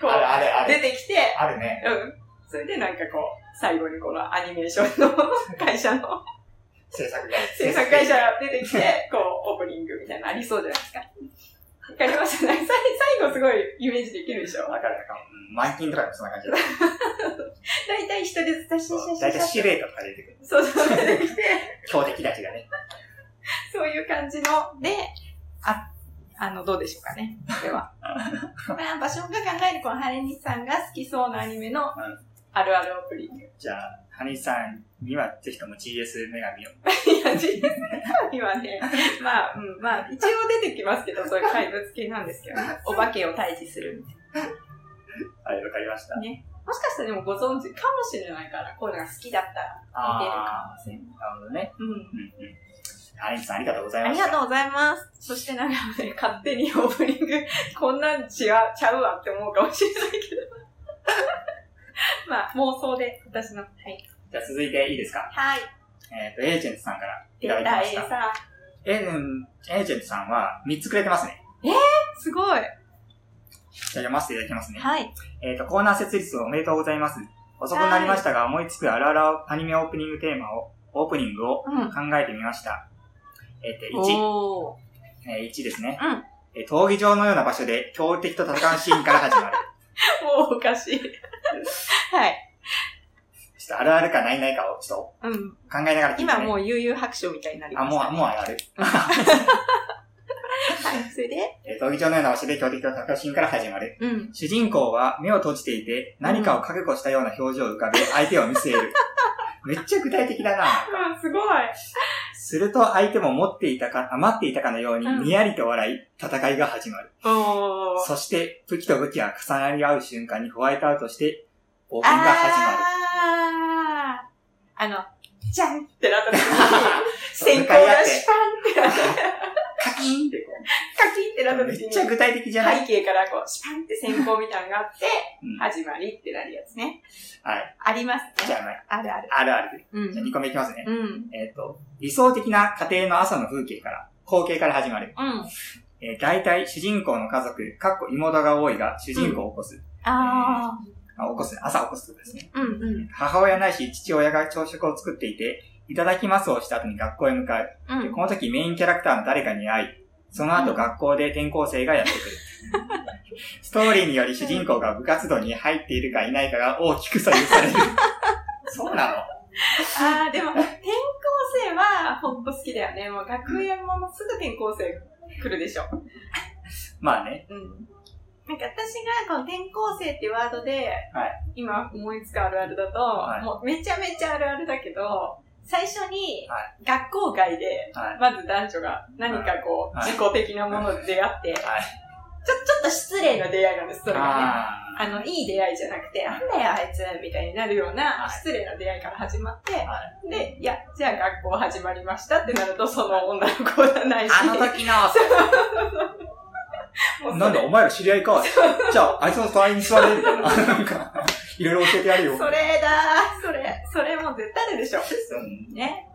S2: こ
S1: (laughs) あれ
S2: う、
S1: あれあ
S2: 出
S1: れ。
S2: てきて、
S1: あるね。
S2: うん。それでなんかこう、最後にこのアニメーションの (laughs) 会社の
S1: 制作会
S2: 制作会社が出てきて、こう、オープニングみたいなのありそうじゃないですか。わかりましたね。さい最後すごいイメージできるでしょ
S1: わかるかも。うんマンキンとかでもそんな感じだ
S2: 大体一人ずつ写真写
S1: だい
S2: 真
S1: たい
S2: 写
S1: シ
S2: 真。
S1: ルエットとか出てくる。
S2: そうそう、出てきて、
S1: 強敵たちがね。
S2: そういう感じの、で、あ、あの、どうでしょうかね。では。まあ、場所が考えるこのハレニさんが好きそうなアニメの
S1: ん
S2: あるあるオープニング。
S1: じゃあ、ハニーさんにはぜひとも GS 女神を。
S2: いや、実際にはね、まあ、うん、まあ、一応出てきますけど、そういう怪物系なんですけどね。お化けを退治するみたいな
S1: はい、わかりました。
S2: もしかしたらでもご存知かもしれないから、こういうのが好きだったら見てるかもしれない。
S1: あー、なるほどね。
S2: うん。
S1: うんうん。ハニーさんありがとうござい
S2: あ
S1: ま
S2: り
S1: した。
S2: がとうございます。そしてなんかね、勝手にオープニング、こんなん違う、ちゃうわって思うかもしれないけど。 (laughs) まあ、妄想で、私の。はい。
S1: じゃあ続いていいですか
S2: はい。
S1: えっ、と、エージェントさんからい
S2: 出
S1: ただき
S2: た
S1: ま
S2: 絵
S1: した。
S2: さ。
S1: エーエージェントさんは3つくれてますね。
S2: すごい。
S1: じゃあ読ませていただきますね。
S2: はい。
S1: えっ、と、コーナー設立おめでとうございます。遅くなりましたが、思いつくあるあるアニメオープニングテーマを、オープニングを
S2: うん。
S1: 考えてみました。えっ、と、1、
S2: おー。
S1: えー、1ですね。
S2: うん
S1: えー闘技場のような場所で強敵と戦うシーンから始まる。 (laughs)
S2: もうおか (laughs) しい。はい。
S1: ちょっとあるあるかないないかをちょ
S2: うん。
S1: っと考えながら聞いて、ね。
S2: 今もう悠々白書みたいになり
S1: あ、
S2: まし
S1: も
S2: た、
S1: う、もうある。
S2: はい。それで
S1: えー闘技場のような場所で強敵と戦うシーンから始まる。
S2: うん。
S1: 主人公は目を閉じていて、何かを覚悟したような表情を浮かべ、相手を見据え
S2: (laughs)
S1: る。めっちゃ具体的だな。
S2: うん、すごい。
S1: すると相手も持っていたか、あ待っていたかのように、
S2: うん
S1: にやりと笑い、戦いが始まる。
S2: おー。
S1: そして、武器と武器が重なり合う瞬間にホワイトアウトして、冒険が始まる。
S2: あー。あの、じゃんってなった時に、
S1: そう
S2: 先行がシパンってなって、
S1: カキ (laughs) ンってこう
S2: カキンってなった
S1: め
S2: 時
S1: っ
S2: に、
S1: ちゃ具体的じゃない、
S2: 背景からこう、シパンって先行みたいなのがあって、
S1: うん
S2: 始まりってなるやつね。
S1: はい。
S2: あります
S1: じ
S2: ね。
S1: ゃあ、まあ
S2: あるある。
S1: あるあるで。
S2: う
S1: じゃあ2
S2: ん。
S1: 個目いきますね。
S2: うん。
S1: えっ、と、理想的な家庭の朝の風景から、光景から始まる。
S2: うん。
S1: えー、大体主人公の家族、かっこ妹が多いが、主人公を起こす。
S2: あ
S1: あ起こす、朝起こすってことですね。
S2: ー。うんうん。
S1: 母親ないし父親が朝食を作っていて、いただきますをした後に学校へ向かう。
S2: う
S1: で
S2: ん。
S1: この時メインキャラクターの誰かに会い、その後学校で転校生がやってくる。ストーリーにより主人公が部活動に入っているかいないかが大きく左右される。そうなの
S2: ああ、でも、転校生はほんと好きだよね。もう学園ものすぐ転校生来るでしょ。
S1: まあね。
S2: うん。なんか私がこの転校生っていうワードで、
S1: は
S2: 今思いつくあるあるだと、
S1: はい
S2: もうめちゃめちゃあるあるだけど、最初に
S1: は
S2: 学校外で、
S1: はい
S2: まず男女が何かこう、
S1: はい
S2: 自己的なもので出会って、ちょ、ちょ
S1: はい
S2: っと失礼な出会いなんです、それがね。
S1: あ
S2: あの、いい出会いじゃなくて、なんだよあいつ、みたいになるよう
S1: は
S2: ない失礼な出会いから始まって、で、いや、じゃあ学校始まりましたってなると、その女の子じゃないし、
S1: 時の、
S2: もうそれ
S1: なんだ、お前ら知り合いか。じゃあ、あいつの隣に座れ、みたいな。なんか、いろいろ教えてやるよ。
S2: それだー、それ、それもう絶対あるでしょ。
S1: うん
S2: ね。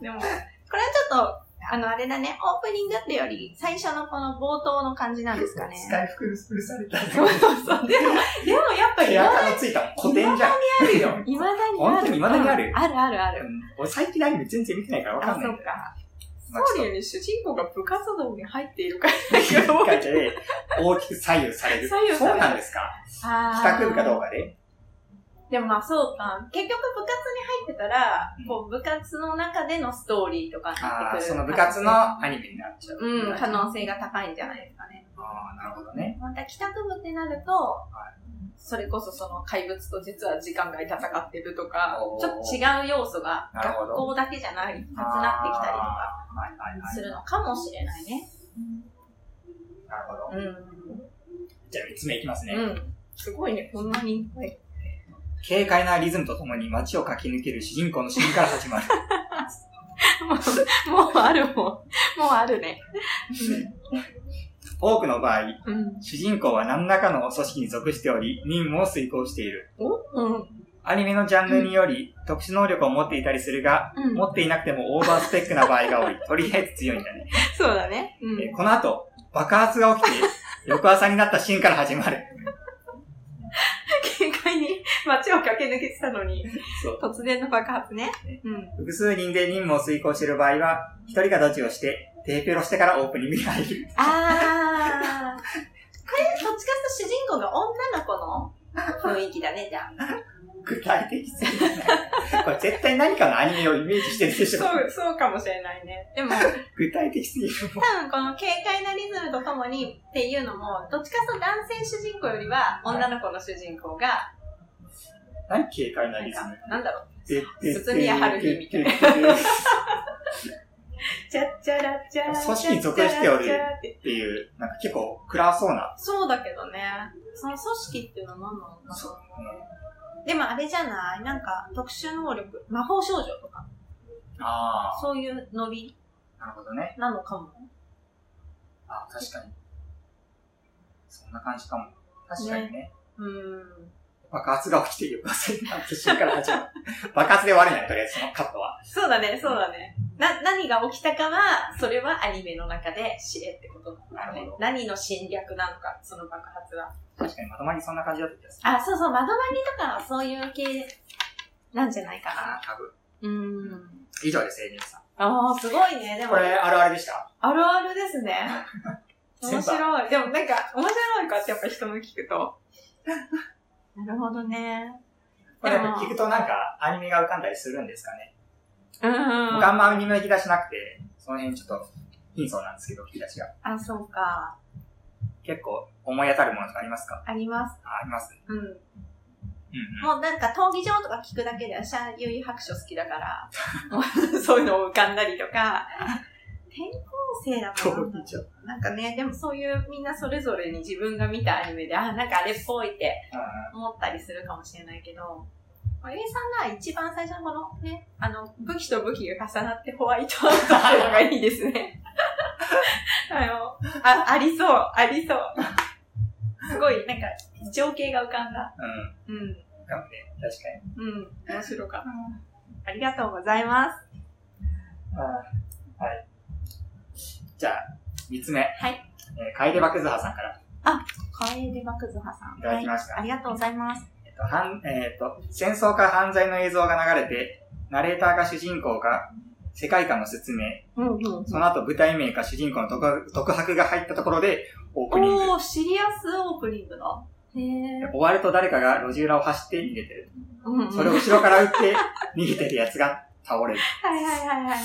S2: でも、これはちょっと、あの、あれだね、オープニングってより、最初のこの冒頭の感じなんですかね。
S1: 使い服潰された。
S2: そうそうそう。でも、でもやっぱり、
S1: 手垢のついた古典じゃん。
S2: あるよ。未だにある。
S1: 本当に未だにある
S2: うんあるあるあ
S1: う
S2: る。
S1: ん俺最近アニメ全然見てないからわ
S2: あ、
S1: か
S2: そ
S1: んないん
S2: っ
S1: だよ。
S2: か。
S1: まあちょ
S2: そう
S1: っ
S2: だよね、主人公が部活動に入っているか
S1: ときっかけで大きく左右される。
S2: 左右され
S1: そう
S2: る
S1: なんですか (laughs)
S2: ら。
S1: 企画部かどう
S2: か。
S1: かで
S2: でもまあそうか。結局部活に入ってたら、こう部活の中でのストーリーとかになっ
S1: あ
S2: て
S1: あ、
S2: くる。
S1: その部活のアニメになっちゃう。
S2: うん、可
S1: あ
S2: 能性が高いんじゃないですかね。
S1: あ、なるほどね。
S2: また帰宅部ってなると、それこそその怪物と実は時間外戦ってるとか
S1: お、ー
S2: ちょっと違う要素が
S1: なるほど
S2: 学校だけじゃない、なくなってきたりとか
S1: あーはいはいはい
S2: するのかもしれないね。
S1: なるほど。
S2: う
S1: じゃあ3つ目いきますね。
S2: ん。うん。すごいね、こんなにいっぱい。
S1: 軽快なリズムとともに街を駆け抜ける主人公のシーンから始まる。
S2: もう、もうあるもん。もうあるね。
S1: 多くの場合、
S2: うん。
S1: 主人公は何らかの組織に属しており、任務を遂行している。
S2: おうん。
S1: アニメのジャンルにより、特殊能力を持っていたりするが、
S2: うん。
S1: 持っていなくてもオーバースペックな場合が多い。とりあえず強いんだね。
S2: そうだね。う
S1: えー
S2: ん。
S1: この後、爆発が起きて、翌朝になったシーンから始まる。
S2: (laughs) 警戒に街を駆け抜けてたのに、
S1: そう
S2: 突然の爆発ね。うん。
S1: 複数人で任務を遂行している場合は、一人がドジをして、テーペロしてからオープニングに入る。
S2: あー。これ、どっちかというと主人公が女の子の雰囲気だね、じゃあ。
S1: 具体的すぎない。これ絶対何かのアニメをイメージしてるでしょ。
S2: そう、そうかもしれないね。 (laughs) でも、
S1: 具体的すぎる。
S2: 多分この軽快なリズムとともにっていうのも、どっちかというと男性主人公よりは女の子の主人公が、
S1: 何警戒な
S2: なん
S1: リズ
S2: か
S1: ム。、
S2: なんだろう。
S1: で
S2: 鈴宮春日みたいな。チャッチャラチャラ。
S1: 組織に属しておる
S2: チャッチャラって
S1: っていう、なんか結構暗そうな。
S2: そうだけどね。その組織っていうのは何なのかな
S1: そう
S2: でもあれじゃないなんか特殊能力、魔法少女とか、
S1: あ
S2: そういうノリ
S1: あ、なるほどね。
S2: なのかも。
S1: ああ、確かに。そんな感じかも。確かにね。
S2: うーん。
S1: (laughs) 爆発が起きて翌朝になって瞬間から始まる。爆発で終わるんじゃないとりあえず、そのカットは。
S2: そうだね、そうだね。な、何が起きたかは、それはアニメの中で知れってこと
S1: な
S2: だね
S1: るほ。ど。
S2: 何の侵略なのか、その爆発は。
S1: 確かにまとまりそんな感じだった気がする。
S2: あ、そうそう、窓マりとかはそういう系なんじゃないかな。
S1: 多分。
S2: うん。
S1: 以上です、エイミさん。
S2: ああ、すごいね。でも、
S1: これ、
S2: あ
S1: あるあるでした
S2: るあるですね。 (laughs)
S1: 先輩
S2: 面白い。でもなんか、面白いかってやっぱ人の聞くと。なるほどね。
S1: これ、聞くとなんか、アニメが浮かんだりするんですかね。
S2: うんうん。
S1: 僕あんまアニメ引き出しなくて、その辺ちょっと、貧相なんですけど、引き出しが。
S2: あ、そうか。
S1: 結構、思い当たるものとかありますか
S2: あります。
S1: あ、あります。
S2: うん。
S1: うんうん。
S2: もうなんか、闘技場とか聞くだけで、私は優位白書好きだから、もうそういうのを浮かんだりとか、転校生だもんな。
S1: ちゃう。
S2: なんかね、でもそういうみんなそれぞれに自分が見たアニメで、あ、なんかあれっぽいって思ったりするかもしれないけど、まあ、A さんが一番最初のこのね、あの、武器と武器が重なってホワイトアウトっていうのがいいですね。あの、あ、ありそう、ありそう。すごい、なんか、情景が浮かんだ。
S1: うん。
S2: うん。
S1: かもね、確かに。
S2: うん、面白かった。ありがとうございます。。
S1: あはい。じゃあ、三つ目。はいえー、楓爆ズハさんから
S2: カエデバクズハさん。
S1: いただきました
S2: はいありがとうございます。
S1: えっと、はんえっと、戦争か犯罪の映像が流れて、ナレーターが主人公か、世界観の説明、
S2: うんうん
S1: その後舞台名か主人公の特特白が入ったところで、オープニング。
S2: おー、シリアスオープニングだ。へえ。
S1: 終わると誰かが路地裏を走って逃げてる。
S2: うんうん
S1: それを後ろから撃
S2: (laughs)
S1: って、逃げてるやつが倒れる。
S2: はいはいはいはいはい。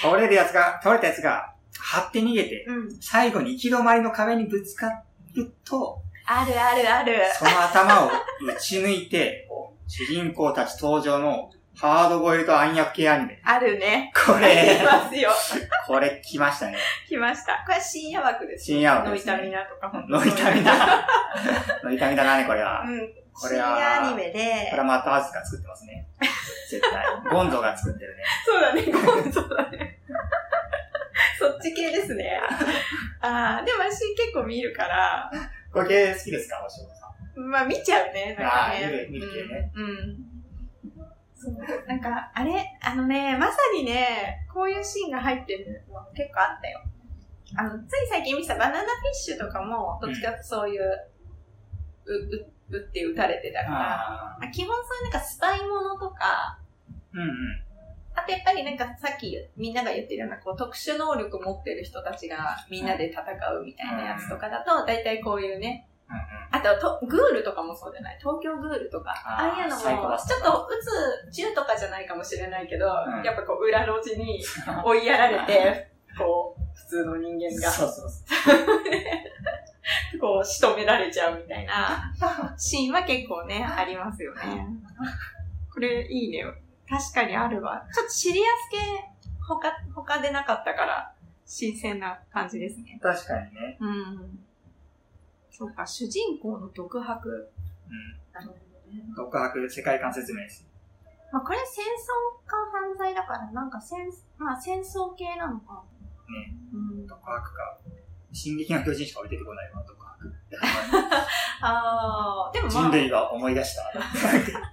S1: 倒れるやつが、倒れたやつが、張って逃げて、
S2: うん。
S1: 最後に行き止まりの壁にぶつかると、
S2: あるあるある。
S1: その頭を打ち抜いて、こう主人公たち登場のハードボイルド暗躍系アニメ。
S2: あるね。
S1: こ
S2: 来
S1: れ、
S2: ますよ。
S1: これ来ました
S2: (laughs)
S1: ね。
S2: 来ました。これ深夜枠です。
S1: 深夜枠
S2: ノ
S1: で
S2: イ
S1: すね
S2: タミナとか本当
S1: の痛み。
S2: (laughs)
S1: だ。の痛みだなね、これは。
S2: うん。
S1: こ
S2: 深
S1: れは
S2: 夜アニメで
S1: これ。はマットハウスが作ってます
S2: (laughs)
S1: ね。絶対。ゴンゾが作ってるね。
S2: そうだね、そうだね。 (laughs) そっち系ですね。ああ、でも私結構見るから、
S1: これ系好きですか星野さん。
S2: まあ見ちゃうね、なんかね。
S1: あー見る見る系ね
S2: うん。うん。そう、なんか、あれ、あのね、まさにね、こういうシーンが入ってるの結構あったよ。あの、つい最近見たバナナフィッシュとかも、どっちかってそういう、う、う、うって打たれてたから、
S1: ああ。
S2: まあ、基本そういうなんかスパイものとか、
S1: うんうん。
S2: あとやっぱりなんかさっきみんなが言ってるようなこう特殊能力持ってる人たちがみんなで戦うみたいなやつとかだと大体こういうね、
S1: うん
S2: あととグールとかもそうじゃない東京グールとか、
S1: あー
S2: ああいうのもち
S1: サイコパス
S2: ょっと打つ銃とかじゃないかもしれないけど、
S1: うん
S2: やっぱこう裏路地 (laughs) に追いやられ (laughs) て、こう普通の人
S1: うん。
S2: 間が
S1: そうそうそ
S2: こう仕留められちゃうみたいなシーンは結構ね、ありますよね。これいいね。確かにあるわ。ちょっとシリアス系、他、他でなかったから、新鮮な感じですね。
S1: う。確かにね。
S2: うん。そうか、主人公の独白。
S1: う
S2: なるほどね。
S1: ん。独白、世界観説明です。
S2: まあこれ戦争か犯罪だから、なんか戦、まあ戦争系なのか。
S1: ね。
S2: うん。
S1: 独白か。進撃の巨人しか降りてこないわ、独白。
S2: (laughs) あー、でもま
S1: 人
S2: あ、
S1: 類が思い出した。 (laughs)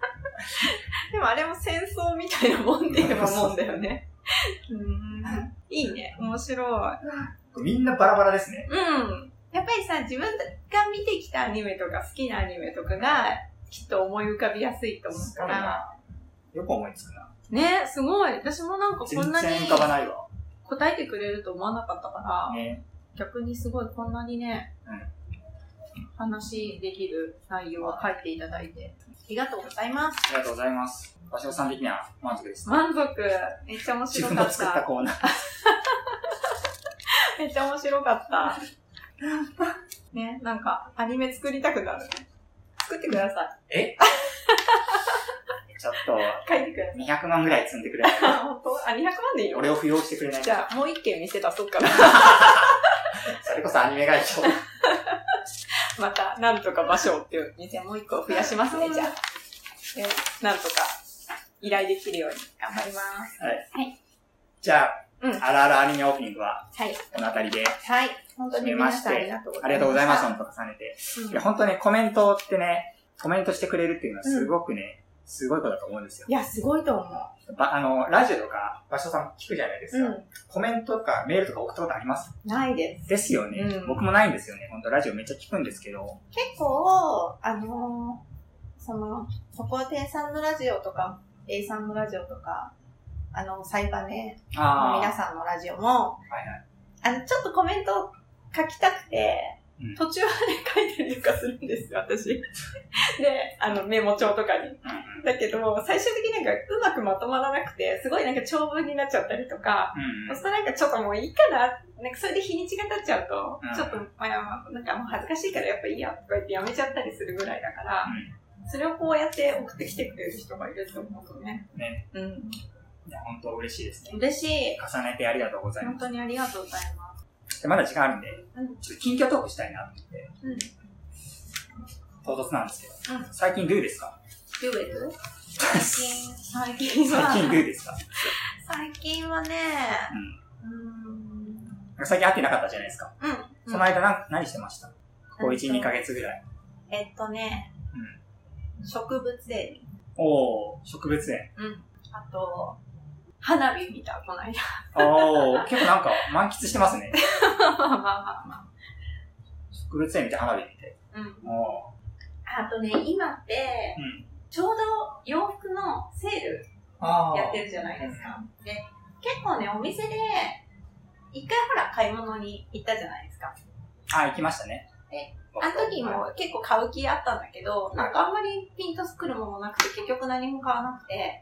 S2: でもあれも戦争みたいなもんって言えばもんだよね。 (laughs) うーん。いいね。面白い。
S1: みんなバラバラですね。
S2: うん。やっぱりさ、自分が見てきたアニメとか好きなアニメとかが、きっと思い浮かびやすいと思う
S1: す
S2: か
S1: ごい
S2: ら。
S1: な。よく思いつくな。
S2: ね、すごい。私もなんかこ
S1: 全
S2: んなに
S1: 然浮かばないわ。
S2: 答えてくれると思わなかったから、
S1: ね。
S2: 逆にすごいこんなにね、話できる内容を書いていただいて、ありがとうございます。
S1: ありがとうございます。場所さん的には満足です。
S2: 満足。めっちゃ面
S1: 自
S2: 白
S1: 分
S2: か
S1: の
S2: っ
S1: 作った
S2: た。
S1: コーナー。
S2: めっちゃ面白かった。 (laughs) ね、なんか、アニメ作りたくなるね。作ってくださ
S1: ちょっと、
S2: い。書いてください。
S1: 200万ぐらい積んでくれない
S2: あ、本当あ、200万でいい
S1: と
S2: よ。
S1: 俺を扶養してくれないと
S2: じゃあ、もう一件店出そうかな。
S1: (laughs) それこそアニメ会社。
S2: また、なんとか場所っていう店もう一個増やしますね、じゃあ。でなんとか、依頼できるように頑張ります。
S1: じゃあ、
S2: うん
S1: あるあるアニメオープニングは、
S2: はい。
S1: この辺りで、
S2: はい。本当に皆さんありがとうございました。
S1: ありがとうございます、本当重ねて。
S2: うん
S1: いや、本当ね、コメントってね、コメントしてくれるっていうのはすごくね、すごいことだと思うんですよ。
S2: いや、すごいと思う。
S1: ばあの、ラジオとか、場所さんも聞くじゃないです
S2: う
S1: か。
S2: ん。
S1: コメントとかメールとか送ったことあります
S2: ないです。
S1: ですよね、
S2: うん
S1: 僕もないんですよね。本当ラジオめっちゃ聞くんですけど。
S2: 結構、あのーその、そこ店さんのラジオとか、A さんのラジオとか、あの、サイバネの皆さんのラジオも、
S1: はいはい。
S2: あの、ちょっとコメント書きたくて、
S1: うん
S2: 途中まで書いたりとかするんですよ、私。 (laughs) で、あの、メモ帳とかに。だけど、最終的になんかうまくまとまらなくて、すごいなんか長文になっちゃったりとか、
S1: うん
S2: そうするとなんかちょっともういいかな、なんかそれで日にちが経っちゃうと、
S1: うん
S2: ちょっと、まあまあ、なんかもう恥ずかしいからやっぱいいやとか言ってやめちゃったりするぐらいだから、それをこうやって送ってきてくれる人がいると思うとね。
S1: ね。
S2: うん。
S1: いや本当嬉しいですね。
S2: 嬉しい。
S1: 重ねてありがとうござい
S2: 本
S1: ま
S2: 当にありがとうございます。
S1: す。でまだ時間あるんで、
S2: うん
S1: ちょっと近況トークしたいなって言って、
S2: うん。
S1: 唐突なんですけど、
S2: うん
S1: 最近ドゥですか
S2: デュエル最近、最近は、
S1: 最近ドゥですか
S2: 最近はね、うーん。
S1: 最近会ってなかったじゃないですか。
S2: うん。
S1: その間な何してましたここ
S2: うん
S1: 1、2ヶ月ぐらい。
S2: えっとね、植物園に
S1: おお植物園。
S2: うん。あと、花火見た、この間。 (laughs)
S1: おお結構なんか満喫してますね。
S2: まあまあまあま
S1: 植物園見て花火見て。
S2: あ。うん。
S1: おお
S2: あとね、今って、
S1: うん
S2: ちょうど洋服のセール
S1: あ
S2: やってるじゃないですか。で、結構ね、お店で、一回ほら買い物に行ったじゃないですか。
S1: あ、行きましたね。
S2: えあの時も結構買う気あったんだけど、なんかあんまりピンとくるものなくて、結局何も買わなくて、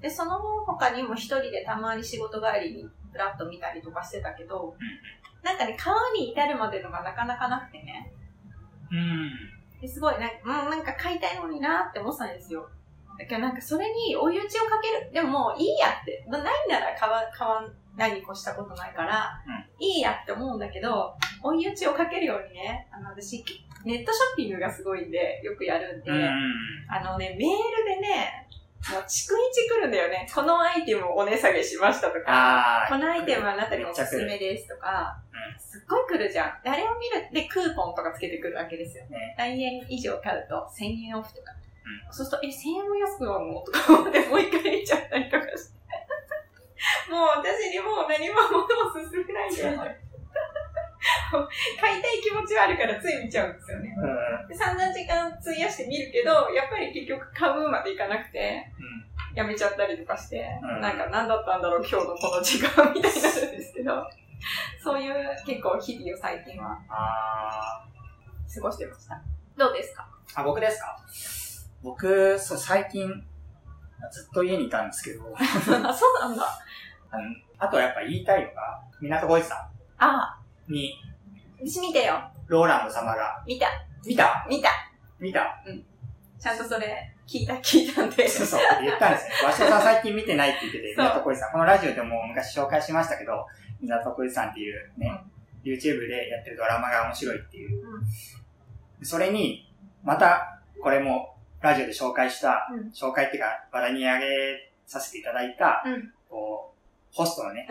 S2: で、その他にも一人でたまに仕事帰りにフラッと見たりとかしてたけど、なんかね、買うに至るまでのがなかなかなくてね、
S1: うん。
S2: ですごいなんか、うん、なんか買いたいのになって思ってたんですよ。だけどなんかそれに追い打ちをかける。でももういいやって。まあないなら買わ、買わないに越したことないから、いいやって思うんだけど、追い打ちをかけるようにね、あの私、ネットショッピングがすごいんで、よくやるんで、
S1: うん。うん。
S2: あのね、メールでね、もう逐一来るんだよね。このアイテムをお値下げしましたとか。
S1: あ
S2: こ
S1: あ。
S2: のアイテムはあなたにおすすめですとか、すっごい来るじゃん。あれを見るでクーポンとかつけてくるわけですよ。
S1: ね
S2: 何円以上買うと1000円オフとか。
S1: う
S2: そうすると、え、1000円も安くなるのとか思ってもう一回見ちゃったりとかして。 (laughs) もう私にもう何も物を進めないんだよね。買いたい気持ちはあるからつい見ちゃうんですよね。
S1: うん。うん。
S2: で散々時間費やして見るけど、やっぱり結局買うまでいかなくて。やめちゃったりとかして、
S1: うん
S2: なんか何だったんだろう今日のこの時間みたいになるんです
S1: (laughs)
S2: けど、そういう結構日々を最近は
S1: あ
S2: 過ごしてました。どうです (laughs) か
S1: ーあ。僕ですか僕、そう、最近、ずっと家にいたんですけど、
S2: そうなんだ。
S1: あのあとやっぱ言いたいのが、港小路さ
S2: ああ、
S1: んに、
S2: 私見てよ。
S1: ローランド様が、
S2: 見た。
S1: 見た
S2: 見た。
S1: 見た
S2: ちゃんとそれ聞いた聞いたんで。
S1: そうそう、言ったんですね。
S2: (laughs)
S1: わしさん最近見てないって言ってて、
S2: そう
S1: 港小路さん。このラジオでも昔紹介しましたけど、港小路さんっていうね、YouTube でやってるドラマが面白いっていう。それに、また、これもラジオで紹介した、
S2: うん
S1: 紹介っていうか、話題にあげさせていただいた、
S2: うん
S1: こう、ホストのね、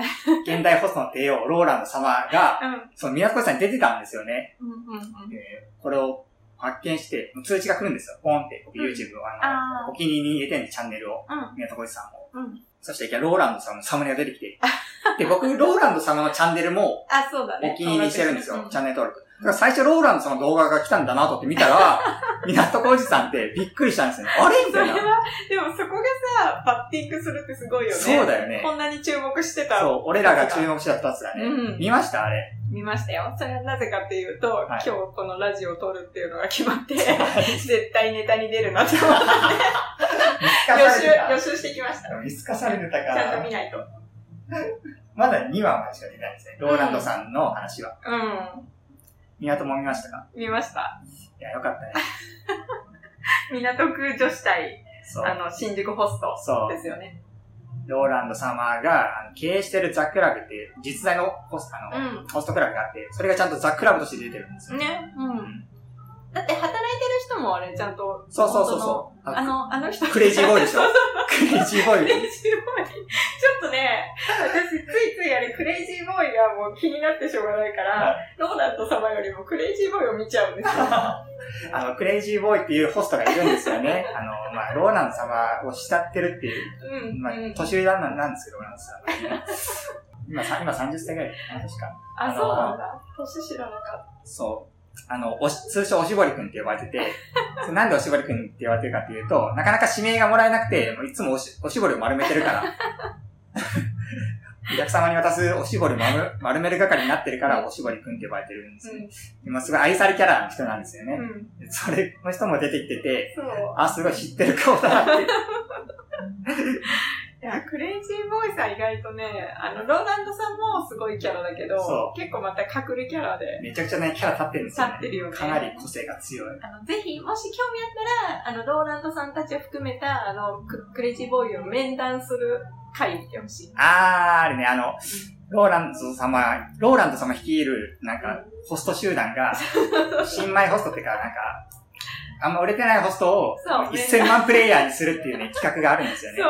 S1: 現代ホストの帝王、ローランド様が、
S2: うん。
S1: その港小路さんに出てたんですよね。
S2: うんうんうん。
S1: えーこれを発見して、通知が来るんですよ。ポンって、僕 YouTube を、あ
S2: あー
S1: の、お気に入りに入れてるんで、チャンネルを。
S2: うん
S1: 宮田浩次さんを。
S2: うん。
S1: そして、ローランドさんのサムネが出てきて。で、僕、ローランド様のチャンネルも
S2: あ、そうだね。
S1: お気に入りにしてるんですよ。
S2: う
S1: チャンネル登録。だから最初、ローランド様の動画が来たんだなと思って見たら、港浩次さんってびっくりしたんですよね。あれみ
S2: そ
S1: た
S2: れ
S1: いな。
S2: は、でもそこがさ、バッティングするってすごいよね。
S1: そうだよね
S2: こんなに注目してた。
S1: そう、俺らが注目しちゃったやつだね。
S2: うん
S1: 見ましたあれ。
S2: 見ましたよ。それはなぜかっていうと、
S1: い
S2: 今日このラジオを撮るっていうのが決まって、 (laughs) 絶対ネタに出るなって思って
S1: 見 (laughs) 透
S2: 予
S1: かされて
S2: 習、
S1: た
S2: 予習してきました。。
S1: 見透かされてたか
S2: ちゃんと
S1: ら
S2: 見、ないと。
S1: まだ2話までしか出てないですね。ローランドさんの話は。
S2: う
S1: 港も見ましたか
S2: ん。見ました。
S1: いや、よかったね。
S2: 港区女子対、
S1: そう。
S2: あの、新宿ホスト
S1: そ
S2: で
S1: う。
S2: すよね。
S1: ローランド様があの経営してるザ・クラブっていう実在のホスあの、
S2: う
S1: ホストクラブがあって、それがちゃんとザ・クラブとして出てるんですよ。
S2: ん。ね。う。
S1: うんん。
S2: だって働いてる人もあれ、ちゃんと、
S1: そうそうそうそう。
S2: あの、あの人。
S1: クレイジーボーイでしょ
S2: (laughs) そうそう
S1: クレイジーボー
S2: ク
S1: イ。
S2: レイジーボーイ。ちょっとね、私ついついあれ、クレイジーボーイががもう気になってしょうがないから、
S1: は
S2: ローラント様よりもクレイジーボーイを見ちゃうんですよ。
S1: あの、クレイジーボーイっていうホストがいるんですよね。あの、まあ、ローラン様を慕ってるっていう、
S2: うん。
S1: まあ
S2: うん、
S1: 年上なんなんですけど、ローランさん。今、さ今30歳ぐらいかな、確か。
S2: あ、そうなんだ。年知らなかった。
S1: そう。あの、おし、通称おしぼりくんって呼ばれてて、
S2: (laughs)
S1: そうなんでおしぼりくんって呼ばれてるかっていうと、なかなか指名がもらえなくて、もういつもおし、おしぼりを丸めてるから。 (laughs) お客様に渡すおしぼりを丸丸める係になってるから、おしぼりくんって呼ばれてるんですよ。今すごい愛されキャラの人なんですよ
S2: う
S1: ね。
S2: ん。うん。
S1: それの人も出てきてて、
S2: そう。
S1: あ、すごい知ってる顔だなって。
S2: (laughs) いや、クレイジーボーイさん意外とね、あの、ローランドさんもすごいキャラだけど
S1: そ、
S2: 結構また隠れキャラで
S1: めちゃくちゃね、キャラ立ってるんです
S2: 立
S1: よね。
S2: ってるよね。
S1: かなり個性が強い。
S2: あの、ぜひ、もし興味あったら、あの、ローランドさんたちを含めた、あの、ククレイジーボーイを面談する会見てほしい。
S1: あー、あれね、あの、ローランド様、ローランド様率いる、なんか、ホスト集団が、新米ホストっていうか、なんか、あんま売れてないホストを
S2: そう、
S1: 1000万プレイヤーにするっていうね、企画があるんですよね
S2: そ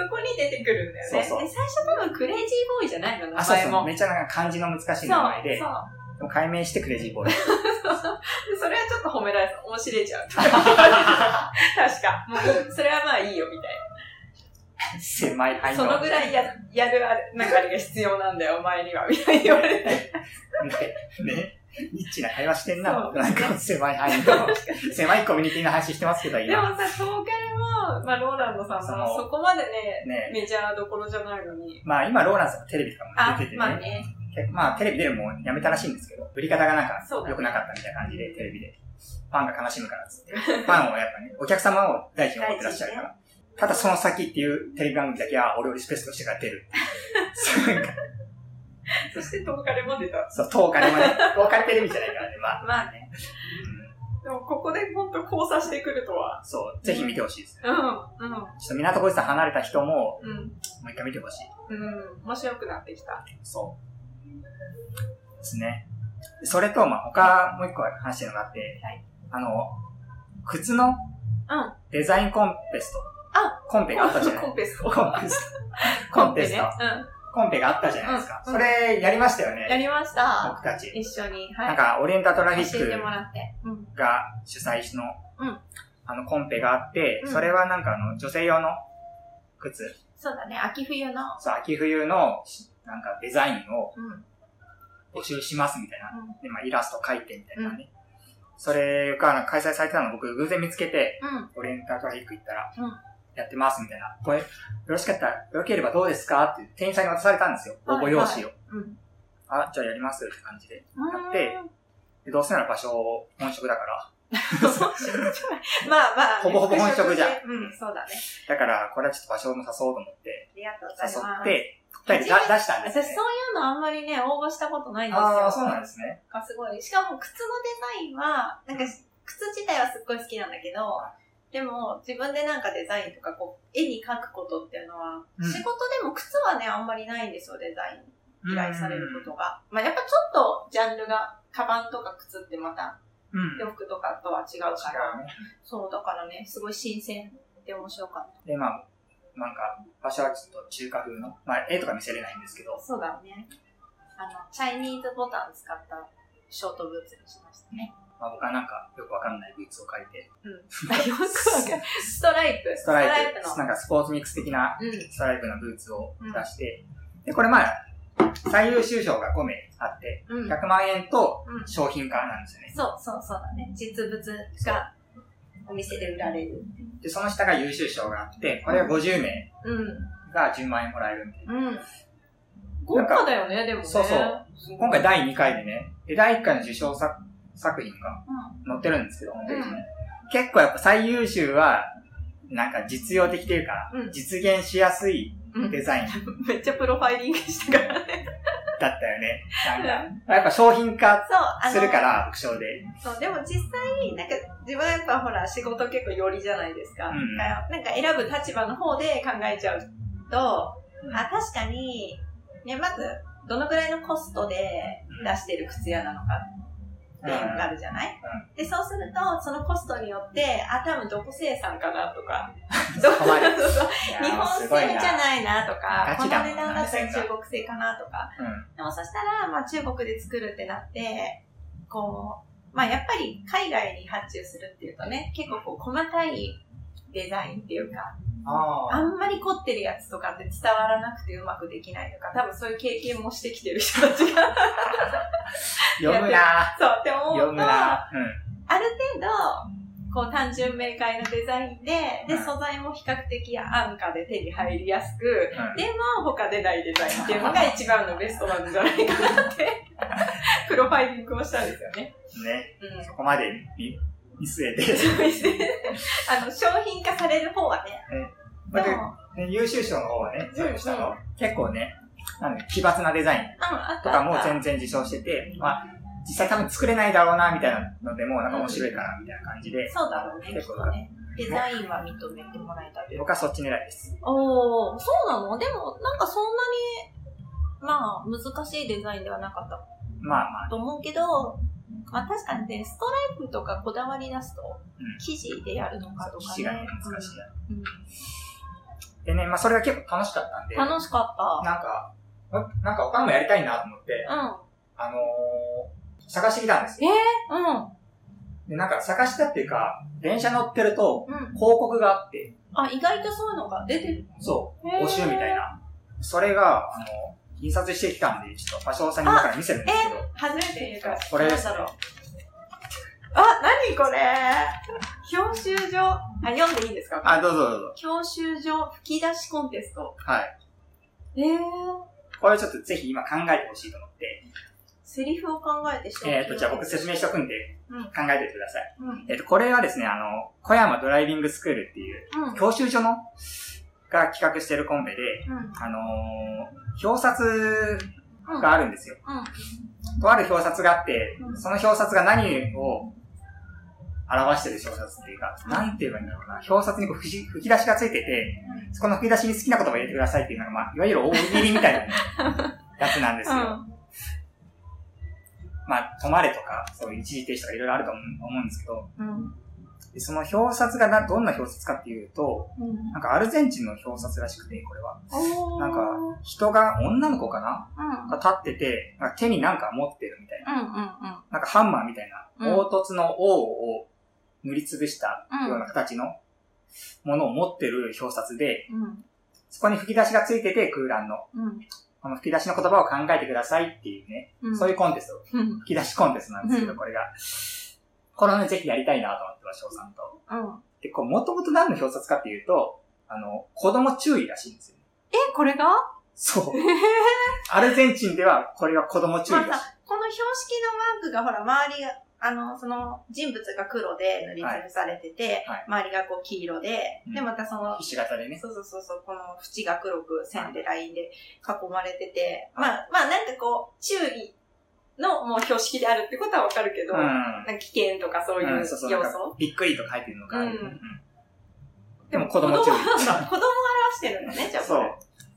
S2: う。。そこに出てくるんだよね。
S1: そうそう
S2: で最初多分クレイジーボーイじゃないの、
S1: あ、
S2: 名
S1: そう
S2: 前
S1: そう、
S2: も。
S1: めっちゃなんか漢字の難しい名前で、解明してクレイジーボーイ。
S2: そうでそれはちょっと褒められた。面白い
S1: (laughs)
S2: じゃん。確か。もう、それはまあいいよ、みた
S1: (laughs)
S2: い
S1: 狭い
S2: な。
S1: 範囲
S2: そのぐらいや、やるあれ、なんかあれが必要なんだよ、お前には、みたいに言われて。
S1: ね、ね、ニッチな会話してんな。
S2: そう
S1: なんか狭い範囲の、狭いコミュニティの話してますけど、
S2: で
S1: 今。
S2: もさ、東海も、まあ、ローランドさんも、
S1: そう
S2: そこまでね、
S1: ね、
S2: メジャーどころじゃないのに。
S1: まあ今、ローランさんテレビとかも
S2: あ
S1: 出てて、ね、
S2: まあね。
S1: 結構まあテレビ出るのもうやめたらしいんですけど、売り方がなんか
S2: そうだね
S1: 良くなかったみたいな感じで、テレビで。ファンが悲しむからっつって。ファンをやっぱね、お客様を大事に思ってらっしゃるから。ただその先っていうテレビ番組だけは俺をリスペクトしてから出る。そうなんか
S2: そして東海も出た。
S1: そう、東海 (laughs) まで、東海テレビじゃないからね、まあ。
S2: まあね。でも、ここで本当交差してくるとは。
S1: うんそう、ぜひ見てほしいですね。
S2: う
S1: ち
S2: ん、
S1: ょっと港越さん離れた人も、
S2: うん、うん。
S1: もう一回見てほしい。
S2: うん、面白くなってきた。
S1: そう。ですね。それと、まあ、他、もう一個話してるのがあって、
S2: はい
S1: あの、靴の
S2: うん
S1: デザインコンペスト。
S2: あ
S1: コンペがあったじゃない
S2: コンペス
S1: コ
S2: ト。
S1: ンペスト。コンペス
S2: ね
S1: ト。。コンペがあったじゃないですか。
S2: うん
S1: それ、やりましたよ
S2: うん。や
S1: ね。
S2: りました。
S1: 僕たち。
S2: 一緒に。
S1: な
S2: は
S1: ん
S2: い。
S1: か、オリエンタトラフィッ
S2: 教えても
S1: ク
S2: らって。うん。
S1: が主催の、
S2: うん
S1: あの、コンペがあって、
S2: うん
S1: それはなんか、あの、女性用の靴、
S2: そうだね。秋冬の。
S1: そう、秋冬の、なんか、デザインを
S2: うん。
S1: 募集しますみたいな。
S2: うん
S1: で、まあ、イラスト描いてみたいなね。それが開催されてたのを僕偶然見つけて、
S2: う
S1: オ
S2: ん。
S1: リエンタルトラフィック行ったら
S2: うん、
S1: やってますみたいな。これ、よろしかったら、よければどうですかって店員さんに渡されたんですよ。応
S2: はい
S1: 募用紙を。
S2: うん。
S1: あ、じゃあやりますって感じで。
S2: うん
S1: ででどうせなら場所を本職だ
S2: (laughs)
S1: から。
S2: 本職じゃない。まあまあ。
S1: ほぼほぼ本職じゃん
S2: 復職でうん、そうだね。
S1: だから、これはちょっと場所も誘おうと思って、
S2: ありがとうございます。
S1: 誘って、二人で出したんです
S2: 私、そうい
S1: ね。
S2: うのあんまりね、応募したことないんですよ。
S1: ああ、そうなんですね。
S2: がすごい。しかも靴のデザインは、なんか靴自体はすっごい好きなんだけど、でも自分でなんかデザインとかこう、絵に描くことっていうのは、
S1: うん
S2: 仕事でも靴はね、あんまりないんですよ、デザイン。依頼されることが。まあやっぱちょっとジャンルが、カバンとか靴ってまた
S1: うん。うん。違う
S2: 洋服とかとは違うから、
S1: ね。
S2: そう、だからね、すごい新鮮で面白かっ
S1: で、まあ、なんか、場所はちょっと中華風の、まあ、絵とか見せれないんですけど
S2: た。、そうだね。あの、チャイニーズボタン使ったショートブーツにしまし
S1: (laughs)
S2: たね。
S1: まあ、僕はなんか、よくわかんないブーツを描いて、
S2: うん。よくわかる。ストライプ。
S1: ストライ
S2: ストライプ
S1: プ、
S2: の
S1: なんかスポーツミックス的な
S2: うん。
S1: ストライプのブーツを出して、で、これまあ、最優秀賞が5名あって、
S2: うん。
S1: 100万円と
S2: うん
S1: 商品化なんですよね。
S2: そうそうそうだね。実物がお店で売られる。
S1: で、その下が優秀賞があって、これは50名
S2: う
S1: が10万円もらえるみたいな。
S2: ん。うん。豪華だよね、でもね。
S1: そうそう。今回第2回でね、で第1回の受賞作作品が
S2: う
S1: 載ってるんですけど、ホームページに結構やっぱ最優秀は、なんか実用的というか、
S2: うん
S1: 実現しやすい
S2: ん。うん
S1: デザイン
S2: めっちゃプロファイリングした (laughs) からね。
S1: だったよね。なんか、やっぱ商品化
S2: そう、あの
S1: するか。ら、副賞で。
S2: そう、でも実際、なんか、自分はやっぱほら、仕事結構よりじゃないですか。
S1: うん
S2: だからなんか選ぶ立場の方で考えちゃうと、
S1: うん
S2: あ、確かに、ね、まず、どのくらいのコストで出してる靴屋なのかってなるじゃない、で、そうすると、そのコストによって、あ、多分どこ生産かなとか、どこ
S1: (laughs) そこまで
S2: そうそう
S1: いやー
S2: 日本
S1: す
S2: 製
S1: ごい
S2: じゃ
S1: な。
S2: ないなとか、
S1: ガ
S2: こ
S1: チ
S2: の
S1: だもんな
S2: 値段だったら中国製かなとか、
S1: うん。
S2: でもそしたら、まあ中国で作るってなって、こう、まあやっぱり海外に発注するっていうとね、結構こう細かいデザインっていうか、
S1: あ
S2: あ
S1: あ。
S2: んまり凝ってるやつとかって伝わらなくてうまくできないとか、多分そういう経験もしてきてる人たちが、 (laughs)
S1: 読むな
S2: そうって
S1: ー
S2: 思
S1: 読
S2: う
S1: む
S2: と、
S1: なーうん。
S2: ある程度、こう単純明快なデザインで、で、
S1: うん
S2: 素材も比較的安価で手に入りやすく、
S1: うん
S2: でも他出ないデザインっていうのが一番のベストなんじゃないかなって、 (laughs) プロファイリングをしたんですよね。
S1: ね、
S2: うん。
S1: そこまで見見据えて。
S2: そうですね。あの、商品化される方はね。
S1: まあ
S2: で
S1: で
S2: も、う
S1: ね
S2: ん、
S1: 優秀賞の方はね、そうした
S2: うん
S1: の、結構ね、なんだ奇抜なデザイン
S2: あっ
S1: と
S2: た
S1: かも
S2: あった
S1: 全然受賞してて、まあ、実際多分作れないだろうな、みたいなのでも、なんか面白いかな、みたいな感じで、
S2: そうだろうね、きっ
S1: 結構
S2: とね。デザインは認めてもらえたという
S1: 僕はそっち狙いです。
S2: おお、そうなのでも、なんかそんなに、まあ、難しいデザインではなかった
S1: まあまあ、
S2: と思うけど、まあ確かにね、ストライプとかこだわり出すと、
S1: ん
S2: 生地でやるのかと
S1: 騎
S2: か
S1: 士
S2: ね。
S1: がね、難しいや
S2: うん
S1: つでね、まあそれが結構楽しかったんで、
S2: 楽しか
S1: なんか、あなんか他のもやりたいなと思って、
S2: った。うん。
S1: あのー、探してきたんですよ。
S2: う
S1: で、なんか探したっていうか、電車乗ってると、
S2: ん。うん。
S1: 広告があって、
S2: あ、意外とそういうのが出てる。
S1: そう、
S2: 募
S1: 募集みたい。な。それが、あの、印刷してきたんで、ちょっと、場所さんに今から見せるんですけど、
S2: 初めて言うから。
S1: これですね
S2: なんだろう。あ、何これ教習所。あ、読んでいいんですか
S1: あ、どうぞどうぞ。
S2: 教習所吹き出しコンテスト。
S1: はい。
S2: えー、
S1: これちょっとぜひ今考えてほしいと思って、
S2: セリフを考えてし
S1: えっ、と、じゃあ僕説明しとくんで、
S2: うん
S1: 考えててください。
S2: うん。
S1: えっ、と、これはですね、あの、小山ドライビングスクールっていう、
S2: うん。
S1: 教習所の、が企画してるコンペで、
S2: うん。
S1: あのー表札があるんですよ。
S2: うん
S1: とある表札があって、
S2: うん
S1: その表札が何を表してる表札っていうか、
S2: うん
S1: なんて言えばいいんだろうな。表札にこう吹き吹き出しがついてて、そこの吹き出しに好きな言葉を入れてくださいっていうのが、まあ、いわゆる大喜利みたいなねやつなんですよ。
S2: うん。
S1: まあ、止まれとか、そういう一時停止とかいろいろあると思う思うんですけど、
S2: うん。
S1: でその表札がなどんな表札かっていうと、
S2: うん。
S1: なんかアルゼンチンの表札らしくて、これは。
S2: おー
S1: なんか、人が、女の子かな
S2: うん。うん
S1: が立ってて、なんか手になんか持ってるみたいな。
S2: うん
S1: なんかハンマーみたいな、
S2: うん
S1: 凹凸の王を塗りつぶした
S2: うん。
S1: ような形のものを持ってる表札で、
S2: うん。
S1: そこに吹き出しがついてて、空欄の。
S2: うん。
S1: この吹き出しの言葉を考えてくださいっていうね、
S2: うん。
S1: そういううコンテスト、
S2: ん。うん。
S1: 吹き出しコンテストなんですけど、
S2: う
S1: これが。これをね、ぜひやりたいなと思ってます、翔さんと。
S2: うん。
S1: で、こう、もともと何の表札かっていうと、あの、子供注意らしいんですよ。
S2: え、こ
S1: (laughs)
S2: れが
S1: そう
S2: (laughs) え。へへ
S1: アルゼンチンでは、これは子供注意
S2: ま
S1: らしい。
S2: た、この標識のマークがほら、周りが、あの、その人物が黒で塗りつぶされてて、
S1: はい
S2: 周りがこう黄色で、
S1: うん
S2: で、またその、
S1: ひし形でね。
S2: そうそうそうそう、この縁が黒く線でラインで囲まれてて、まあ、まあなんかこう、注意のもう標識であるってことはわかるけど、なんか
S1: ん。
S2: 危険とかそういう
S1: う
S2: 要
S1: ん
S2: 素
S1: そ、うそうなんかびっくりと書いてるのがある、
S2: うん
S1: うんでも子供注意。
S2: なんだ子供を表してるのね、じゃあこ
S1: そう
S2: れ。。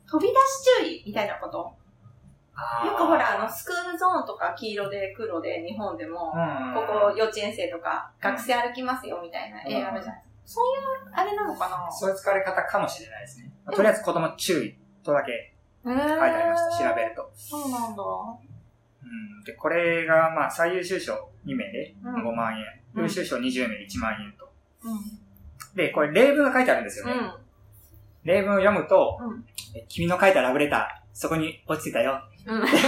S2: 飛び出し注意みたいなことよ
S1: よ
S2: くほら、あの、スクールゾーンとか黄色で黒で日本でも、
S1: の
S2: ここ幼稚園生とか
S1: うん
S2: 学生歩きますよみたいな絵あるじゃん。そういう、あれなのかな
S1: そういう使われ方かもしれないですね。とりあえず子供注意とだけ
S2: へ
S1: 書
S2: ー
S1: いてありました。調べると。
S2: そうなんだ。
S1: うん、で、これが、まあ、最優秀賞2名で
S2: うん。
S1: 5万円、
S2: うん
S1: 優秀賞20名で1万円と。
S2: うん。
S1: で、これ例文が書いてあるんですよね。例文を読むと、
S2: うん
S1: え君の書いたラブレター、そこに落ちてた
S2: (laughs)
S1: よ。
S2: うん。うん。
S1: そう、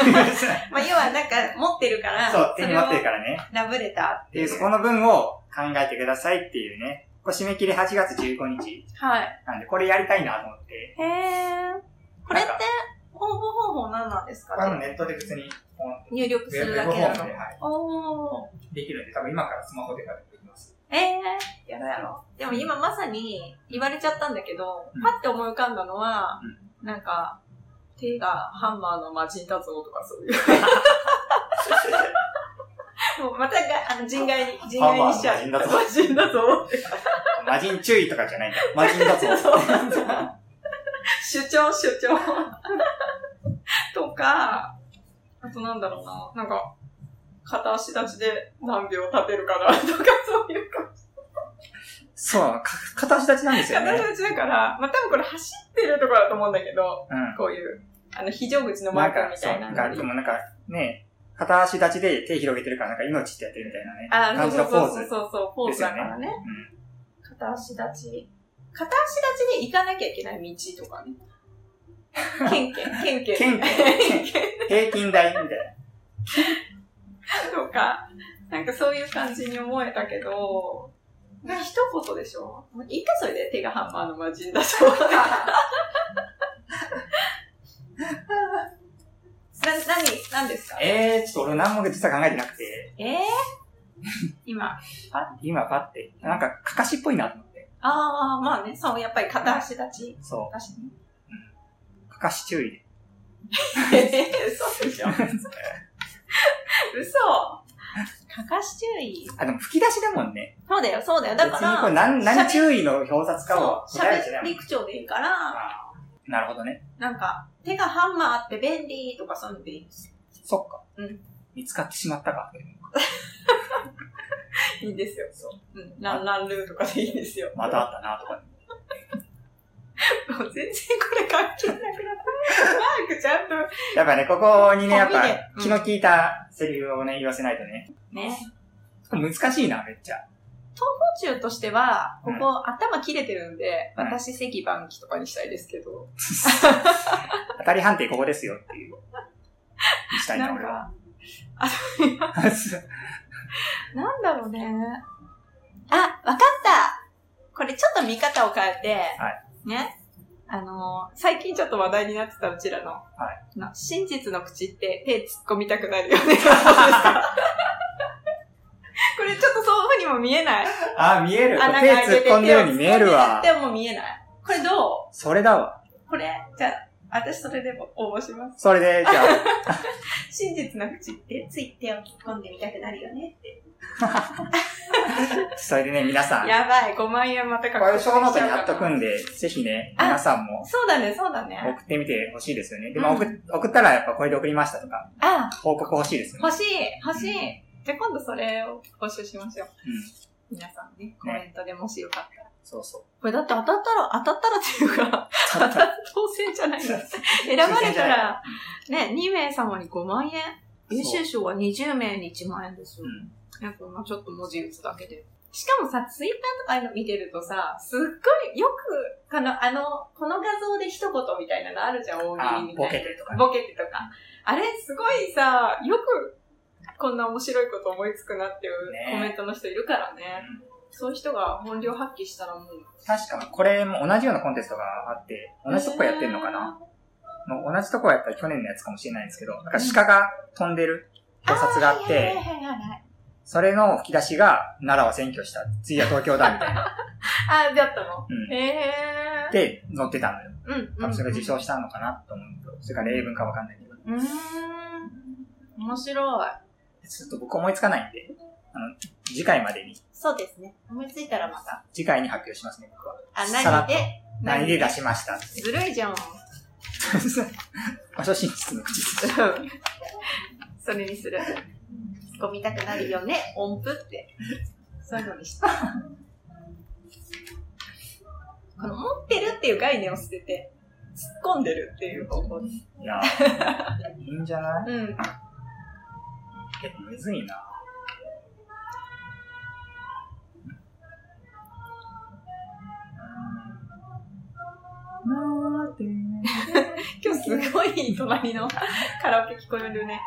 S2: まあ、要はなんか持ってるから、
S1: 手に持ってる
S2: か
S1: からね。
S2: ら。ラブレターってい
S1: で、
S2: う。
S1: そこの文を考えてくださいっていうね。これ締め切り8月15日
S2: はい。
S1: なんで、これやりたいなと思って。
S2: へえ。これって
S1: なんか、
S2: 応募方法何なんですか
S1: あのネットで普通に、ポンって
S2: 入力するだけ
S1: ウェブ
S2: な
S1: フォーム
S2: の
S1: で、。はい、
S2: おー。
S1: できるんで、多分今からスマホでからできます。
S2: ええやろうやろう。でも今まさに言われちゃったんだけど、
S1: うん
S2: パッて思い浮かんだのは、
S1: うん
S2: なんか、手がハンマーの魔人だぞとかそ
S1: (laughs)
S2: ういう。もうまたが、あの、人外に、人外にしちゃう。
S1: ハンマーの
S2: 魔人だぞ。
S1: 魔人注意とかじゃ (laughs) ないんだ。魔人だぞ。
S2: そう主張、主張。とか、あとなんだろうな。なんか、片足立ちで何秒立てるかなとか、そういうか。
S1: そう、か片足立ちなんですよね。
S2: 片足立ちだから、まあ、多分これ走ってるところだと思うんだけど、
S1: う
S2: こういう、あの、非常口の
S1: ん。(laughs)
S2: マ
S1: なん
S2: ーク
S1: か、
S2: み
S1: そ
S2: た
S1: う、
S2: いな
S1: なん
S2: の
S1: か、
S2: に
S1: でもなんか、ね、片足立ちで手広げてるから、なんか命ってやってるみたいなね。
S2: あ
S1: 感じ
S2: そ
S1: の
S2: う
S1: ポ
S2: そう
S1: ー
S2: そう
S1: ズ。
S2: そうそう、ポーズだからね。
S1: う
S2: 片足立ち。片足立ちで行かなきゃいけない道と
S1: (laughs)
S2: かね。ケンケン、
S1: ケ
S2: ケンケン。
S1: ンケン
S2: ンケン
S1: ん平均台みたいな。
S2: とか、なんかそういう感じに思えたけど、まあ一言でしょ一回それで手がハンマーの魔人だそう (laughs) な。な、なに、なんですか
S1: ええー、ちょっと俺何も実は考えてなくて、
S2: えー、今。
S1: 今パって、なんか、かかしっぽいなと思って。
S2: ああ、まあね、そう、やっぱり片足立ち。
S1: そ
S2: 私ね。
S1: う。かかし注意で。
S2: えー、嘘 (laughs) でしょ嘘。かかし注意。
S1: あ、でも吹き出しだもんね。
S2: そうだよ、そうだよ。
S1: 別
S2: だか
S1: にこれ
S2: ら、
S1: 何、何
S2: 喋
S1: 注意の表札かを
S2: そう、
S1: 答えるじゃな
S2: 喋り
S1: い
S2: 口調でいいから、
S1: なるほどね。
S2: なんか、手がハンマーあって便利とかそういうのでいいです。
S1: そっか。
S2: うん
S1: 見つかってしまったか。
S2: いいですよ、そう。うん。ランランルーとかでいいですよ。
S1: またあったな、とか。
S2: もう全然これ関係なくなった。マークちゃんと。
S1: やっぱね、ここにね、やっ
S2: コ
S1: ぱ
S2: ンビで、うん
S1: 気の利いたセリフをね、言わせないとね。
S2: ね。
S1: 難しいな、めっちゃ。
S2: 道中としては、こ
S1: うん
S2: こ、頭切れてるんで、
S1: うん
S2: 私赤番機とかにしたいですけど。
S1: 当たり判定ここですよっていう。にしたいな、
S2: なん
S1: 俺は。
S2: か、なんだろうね。あ、わかったこれちょっと見方を変えて、
S1: は
S2: ね。あのー最近ちょっと話題になってたうちらの、の真実の口って手突っ込みたくなるよね。 (laughs) これちょっとそういう風にも見えない。
S1: (laughs) あ、見える。手
S2: 穴が開い
S1: 突って込んでるように見えるわ
S2: 手。を突っ込んでるでも見えない。これど
S1: それだわ。
S2: うこれ、じゃあ、私それでも応募します。
S1: それで、じゃあ、
S2: 真実の口ってつい手を突っ込んでみたくなるよね。
S1: それでね、皆さん、こ
S2: やばい、5万円またか
S1: れ小ノートに貼っとくんで、ぜひね、
S2: あ
S1: 皆さんも
S2: そうだね、そうだね。
S1: 送ってみてほしいですよね。でも、
S2: うん
S1: 送っ送ったらやっぱこれで送りましたとか、
S2: あ、
S1: 報告欲しいですね。
S2: 欲しい、欲しい。じゃあ今度それを募集しましょう。
S1: うん
S2: 皆さんね、コメントでもしよかったら。
S1: そうそう。
S2: これだって当たったら、当たったらっていうか、当たった当選じ (laughs) ゃないんだ。選ばれたら、ね、2名様に5万円。優秀賞は20名に1万円ですよ。
S1: うん
S2: ね、こんなちょっと文字打つだけで。しかもさ、ツイッターとかの見てるとさ、すっごいよく、この、あの、この画像で一言みたいなのあるじゃん、大喜利みたいな。
S1: あボケてとか
S2: ボケてとか。あれ、すごいさ、よく、こんな面白いこと思いつくなっていう
S1: ね
S2: コメントの人いるからね。そういう人が本領発揮したらもう。
S1: 確か、これも同じようなコンテストがあって、同じとこやってんのかなもう同じとこはやったら去年のやつかもしれないんですけど、なんか鹿が飛んでる表札があっ
S2: ーはいはい
S1: て、
S2: はいはいはい
S1: それの吹き出しが奈良は占拠した、次は東京だみたいな。
S2: あー、だったの。
S1: うん
S2: へえ。ー。
S1: で、載ってたのよ。
S2: うんうん、うん。
S1: 多分それが受賞したのかなと思うけど、それか例文かわかんないけど。
S2: うーん。面白い。
S1: ちょっと僕思いつかないんで、あの、次回までに、
S2: そうですね。思いついたらまた。
S1: 次回に発表しますね、僕は。
S2: あ、
S1: さら
S2: 何
S1: っと
S2: で
S1: 何で出しました。
S2: ずるいじゃん。 (laughs)
S1: 場所真実の口です。
S2: それにする。突っ込みたくなるよね、音符って。そういうのにした。この持ってるっていう概念を捨てて、突っ込んでるっていう方法に。
S1: いや、いいんじゃない
S2: うん。
S1: 結構むずいな。
S2: 今日すごい隣のカラオケ聞こえるね。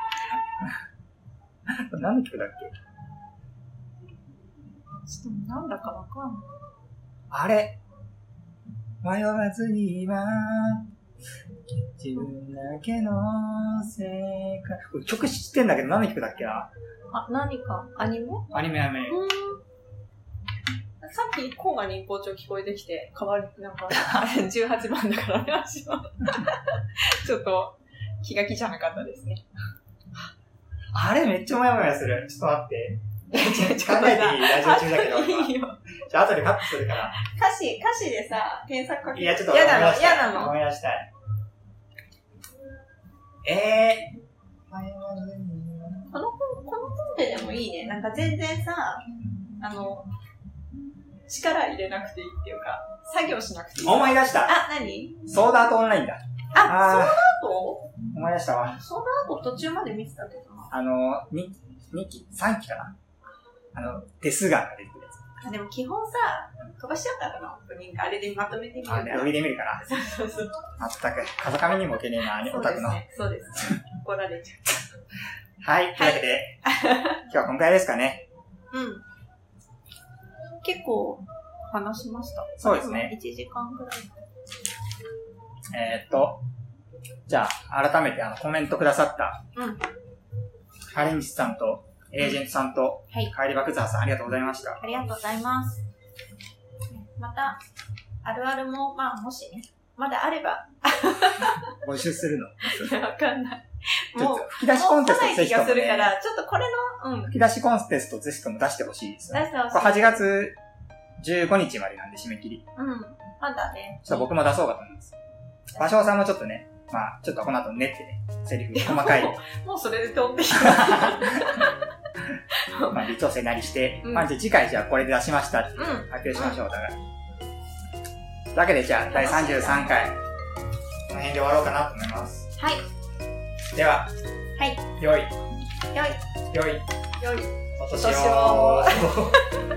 S1: 何の曲だっけ
S2: ちょっとなんだかわかんない。
S1: あれ迷わずに今、自分だけの世界。俺曲知ってんだけど何の曲だっけな
S2: あ、何かアニメ
S1: アニメアニメ。
S2: うんさっき、コーガに校長聞こえてきて、変わる、なん
S1: (laughs)
S2: か、18番だからお願いし (laughs) ます。ちょっと、気が気じゃなかったですね。
S1: あれめっちゃもやもやする。ちょっと待 (laughs) って。
S2: ち
S1: 考えていいラジオ中だけど。
S2: い
S1: 今
S2: い
S1: (laughs)
S2: よ。
S1: じゃあ後でカットするから。
S2: (laughs) 歌詞、歌詞でさ、検索かけ
S1: いや、ちょっと
S2: 嫌
S1: 思い
S2: な
S1: 出
S2: の、
S1: した
S2: 嫌なの。
S1: 思い出したい。ええー。
S2: このいいね。なんか全然さ、あの、力入れなくていいっていうか、作業しなくていい。
S1: 思い出した
S2: あ、何
S1: ソーダアートオンラインだ。
S2: あ、
S1: あ
S2: あと
S1: ー、思い出したわ。
S2: その後途中まで見てたけどな。
S1: あの、2, 二期 ?3 期かなあの、デスガンが出てくるやつ。
S2: あでも基本さ、飛ばしちゃったからな、オープニング。あれでまとめてみるか
S1: あ、
S2: ら。
S1: ね、上で見るかな
S2: そうそうそう。
S1: まったく、風上にも置けねえな、
S2: そ
S1: オ
S2: う
S1: タ
S2: で
S1: ク
S2: す
S1: の。
S2: ね。そうですね。怒られちゃ
S1: はい、というわけで、今日はこのくらいですかね。
S2: う。うん。結構話しました。
S1: そうですね。
S2: 1時間ぐらい。
S1: えー、っと、じゃあ、改めてあのコメントくださった、
S2: うん
S1: ハレンジさんと、エージェントさんと、
S2: はい
S1: 帰り爆沢さん、ありがとうございました。
S2: ありがとうございます。また、あるあるも、まあ、もしね、まだあれば、
S1: 募集するの。
S2: いやわかんない。
S1: ちょ
S2: も
S1: っ
S2: う、
S1: と
S2: もう
S1: 吹き出しコンテ
S2: 来
S1: ス
S2: ない
S1: トぜ
S2: 気
S1: ひと
S2: が
S1: も、
S2: するか
S1: ね、
S2: ら、ちょっとこれの、うん、出
S1: 吹き出しコンテストぜひとも出してほしいですよね。
S2: してほし
S1: これ
S2: い。
S1: 8月15日までなんで締め切り。
S2: うん、まだね。
S1: ちょっと僕も出そうかと思います。場所さんもちょっとね、まあちょっとこの後ねってね、セリフ細かい、
S2: も (laughs) うもうそれで飛んできた。
S1: (laughs) まあ微調整なりして、
S2: うん
S1: まあじゃあ次回じゃあこれで出しましたって
S2: うん。
S1: 発表しましょう、お互い。というわけでじゃあ第33回、この辺で終わろうかなと思います。
S2: はい。
S1: では、
S2: はい。
S1: 良い、
S2: 良い、
S1: 良い、
S2: 良い。
S1: お
S2: お年を
S1: 年を。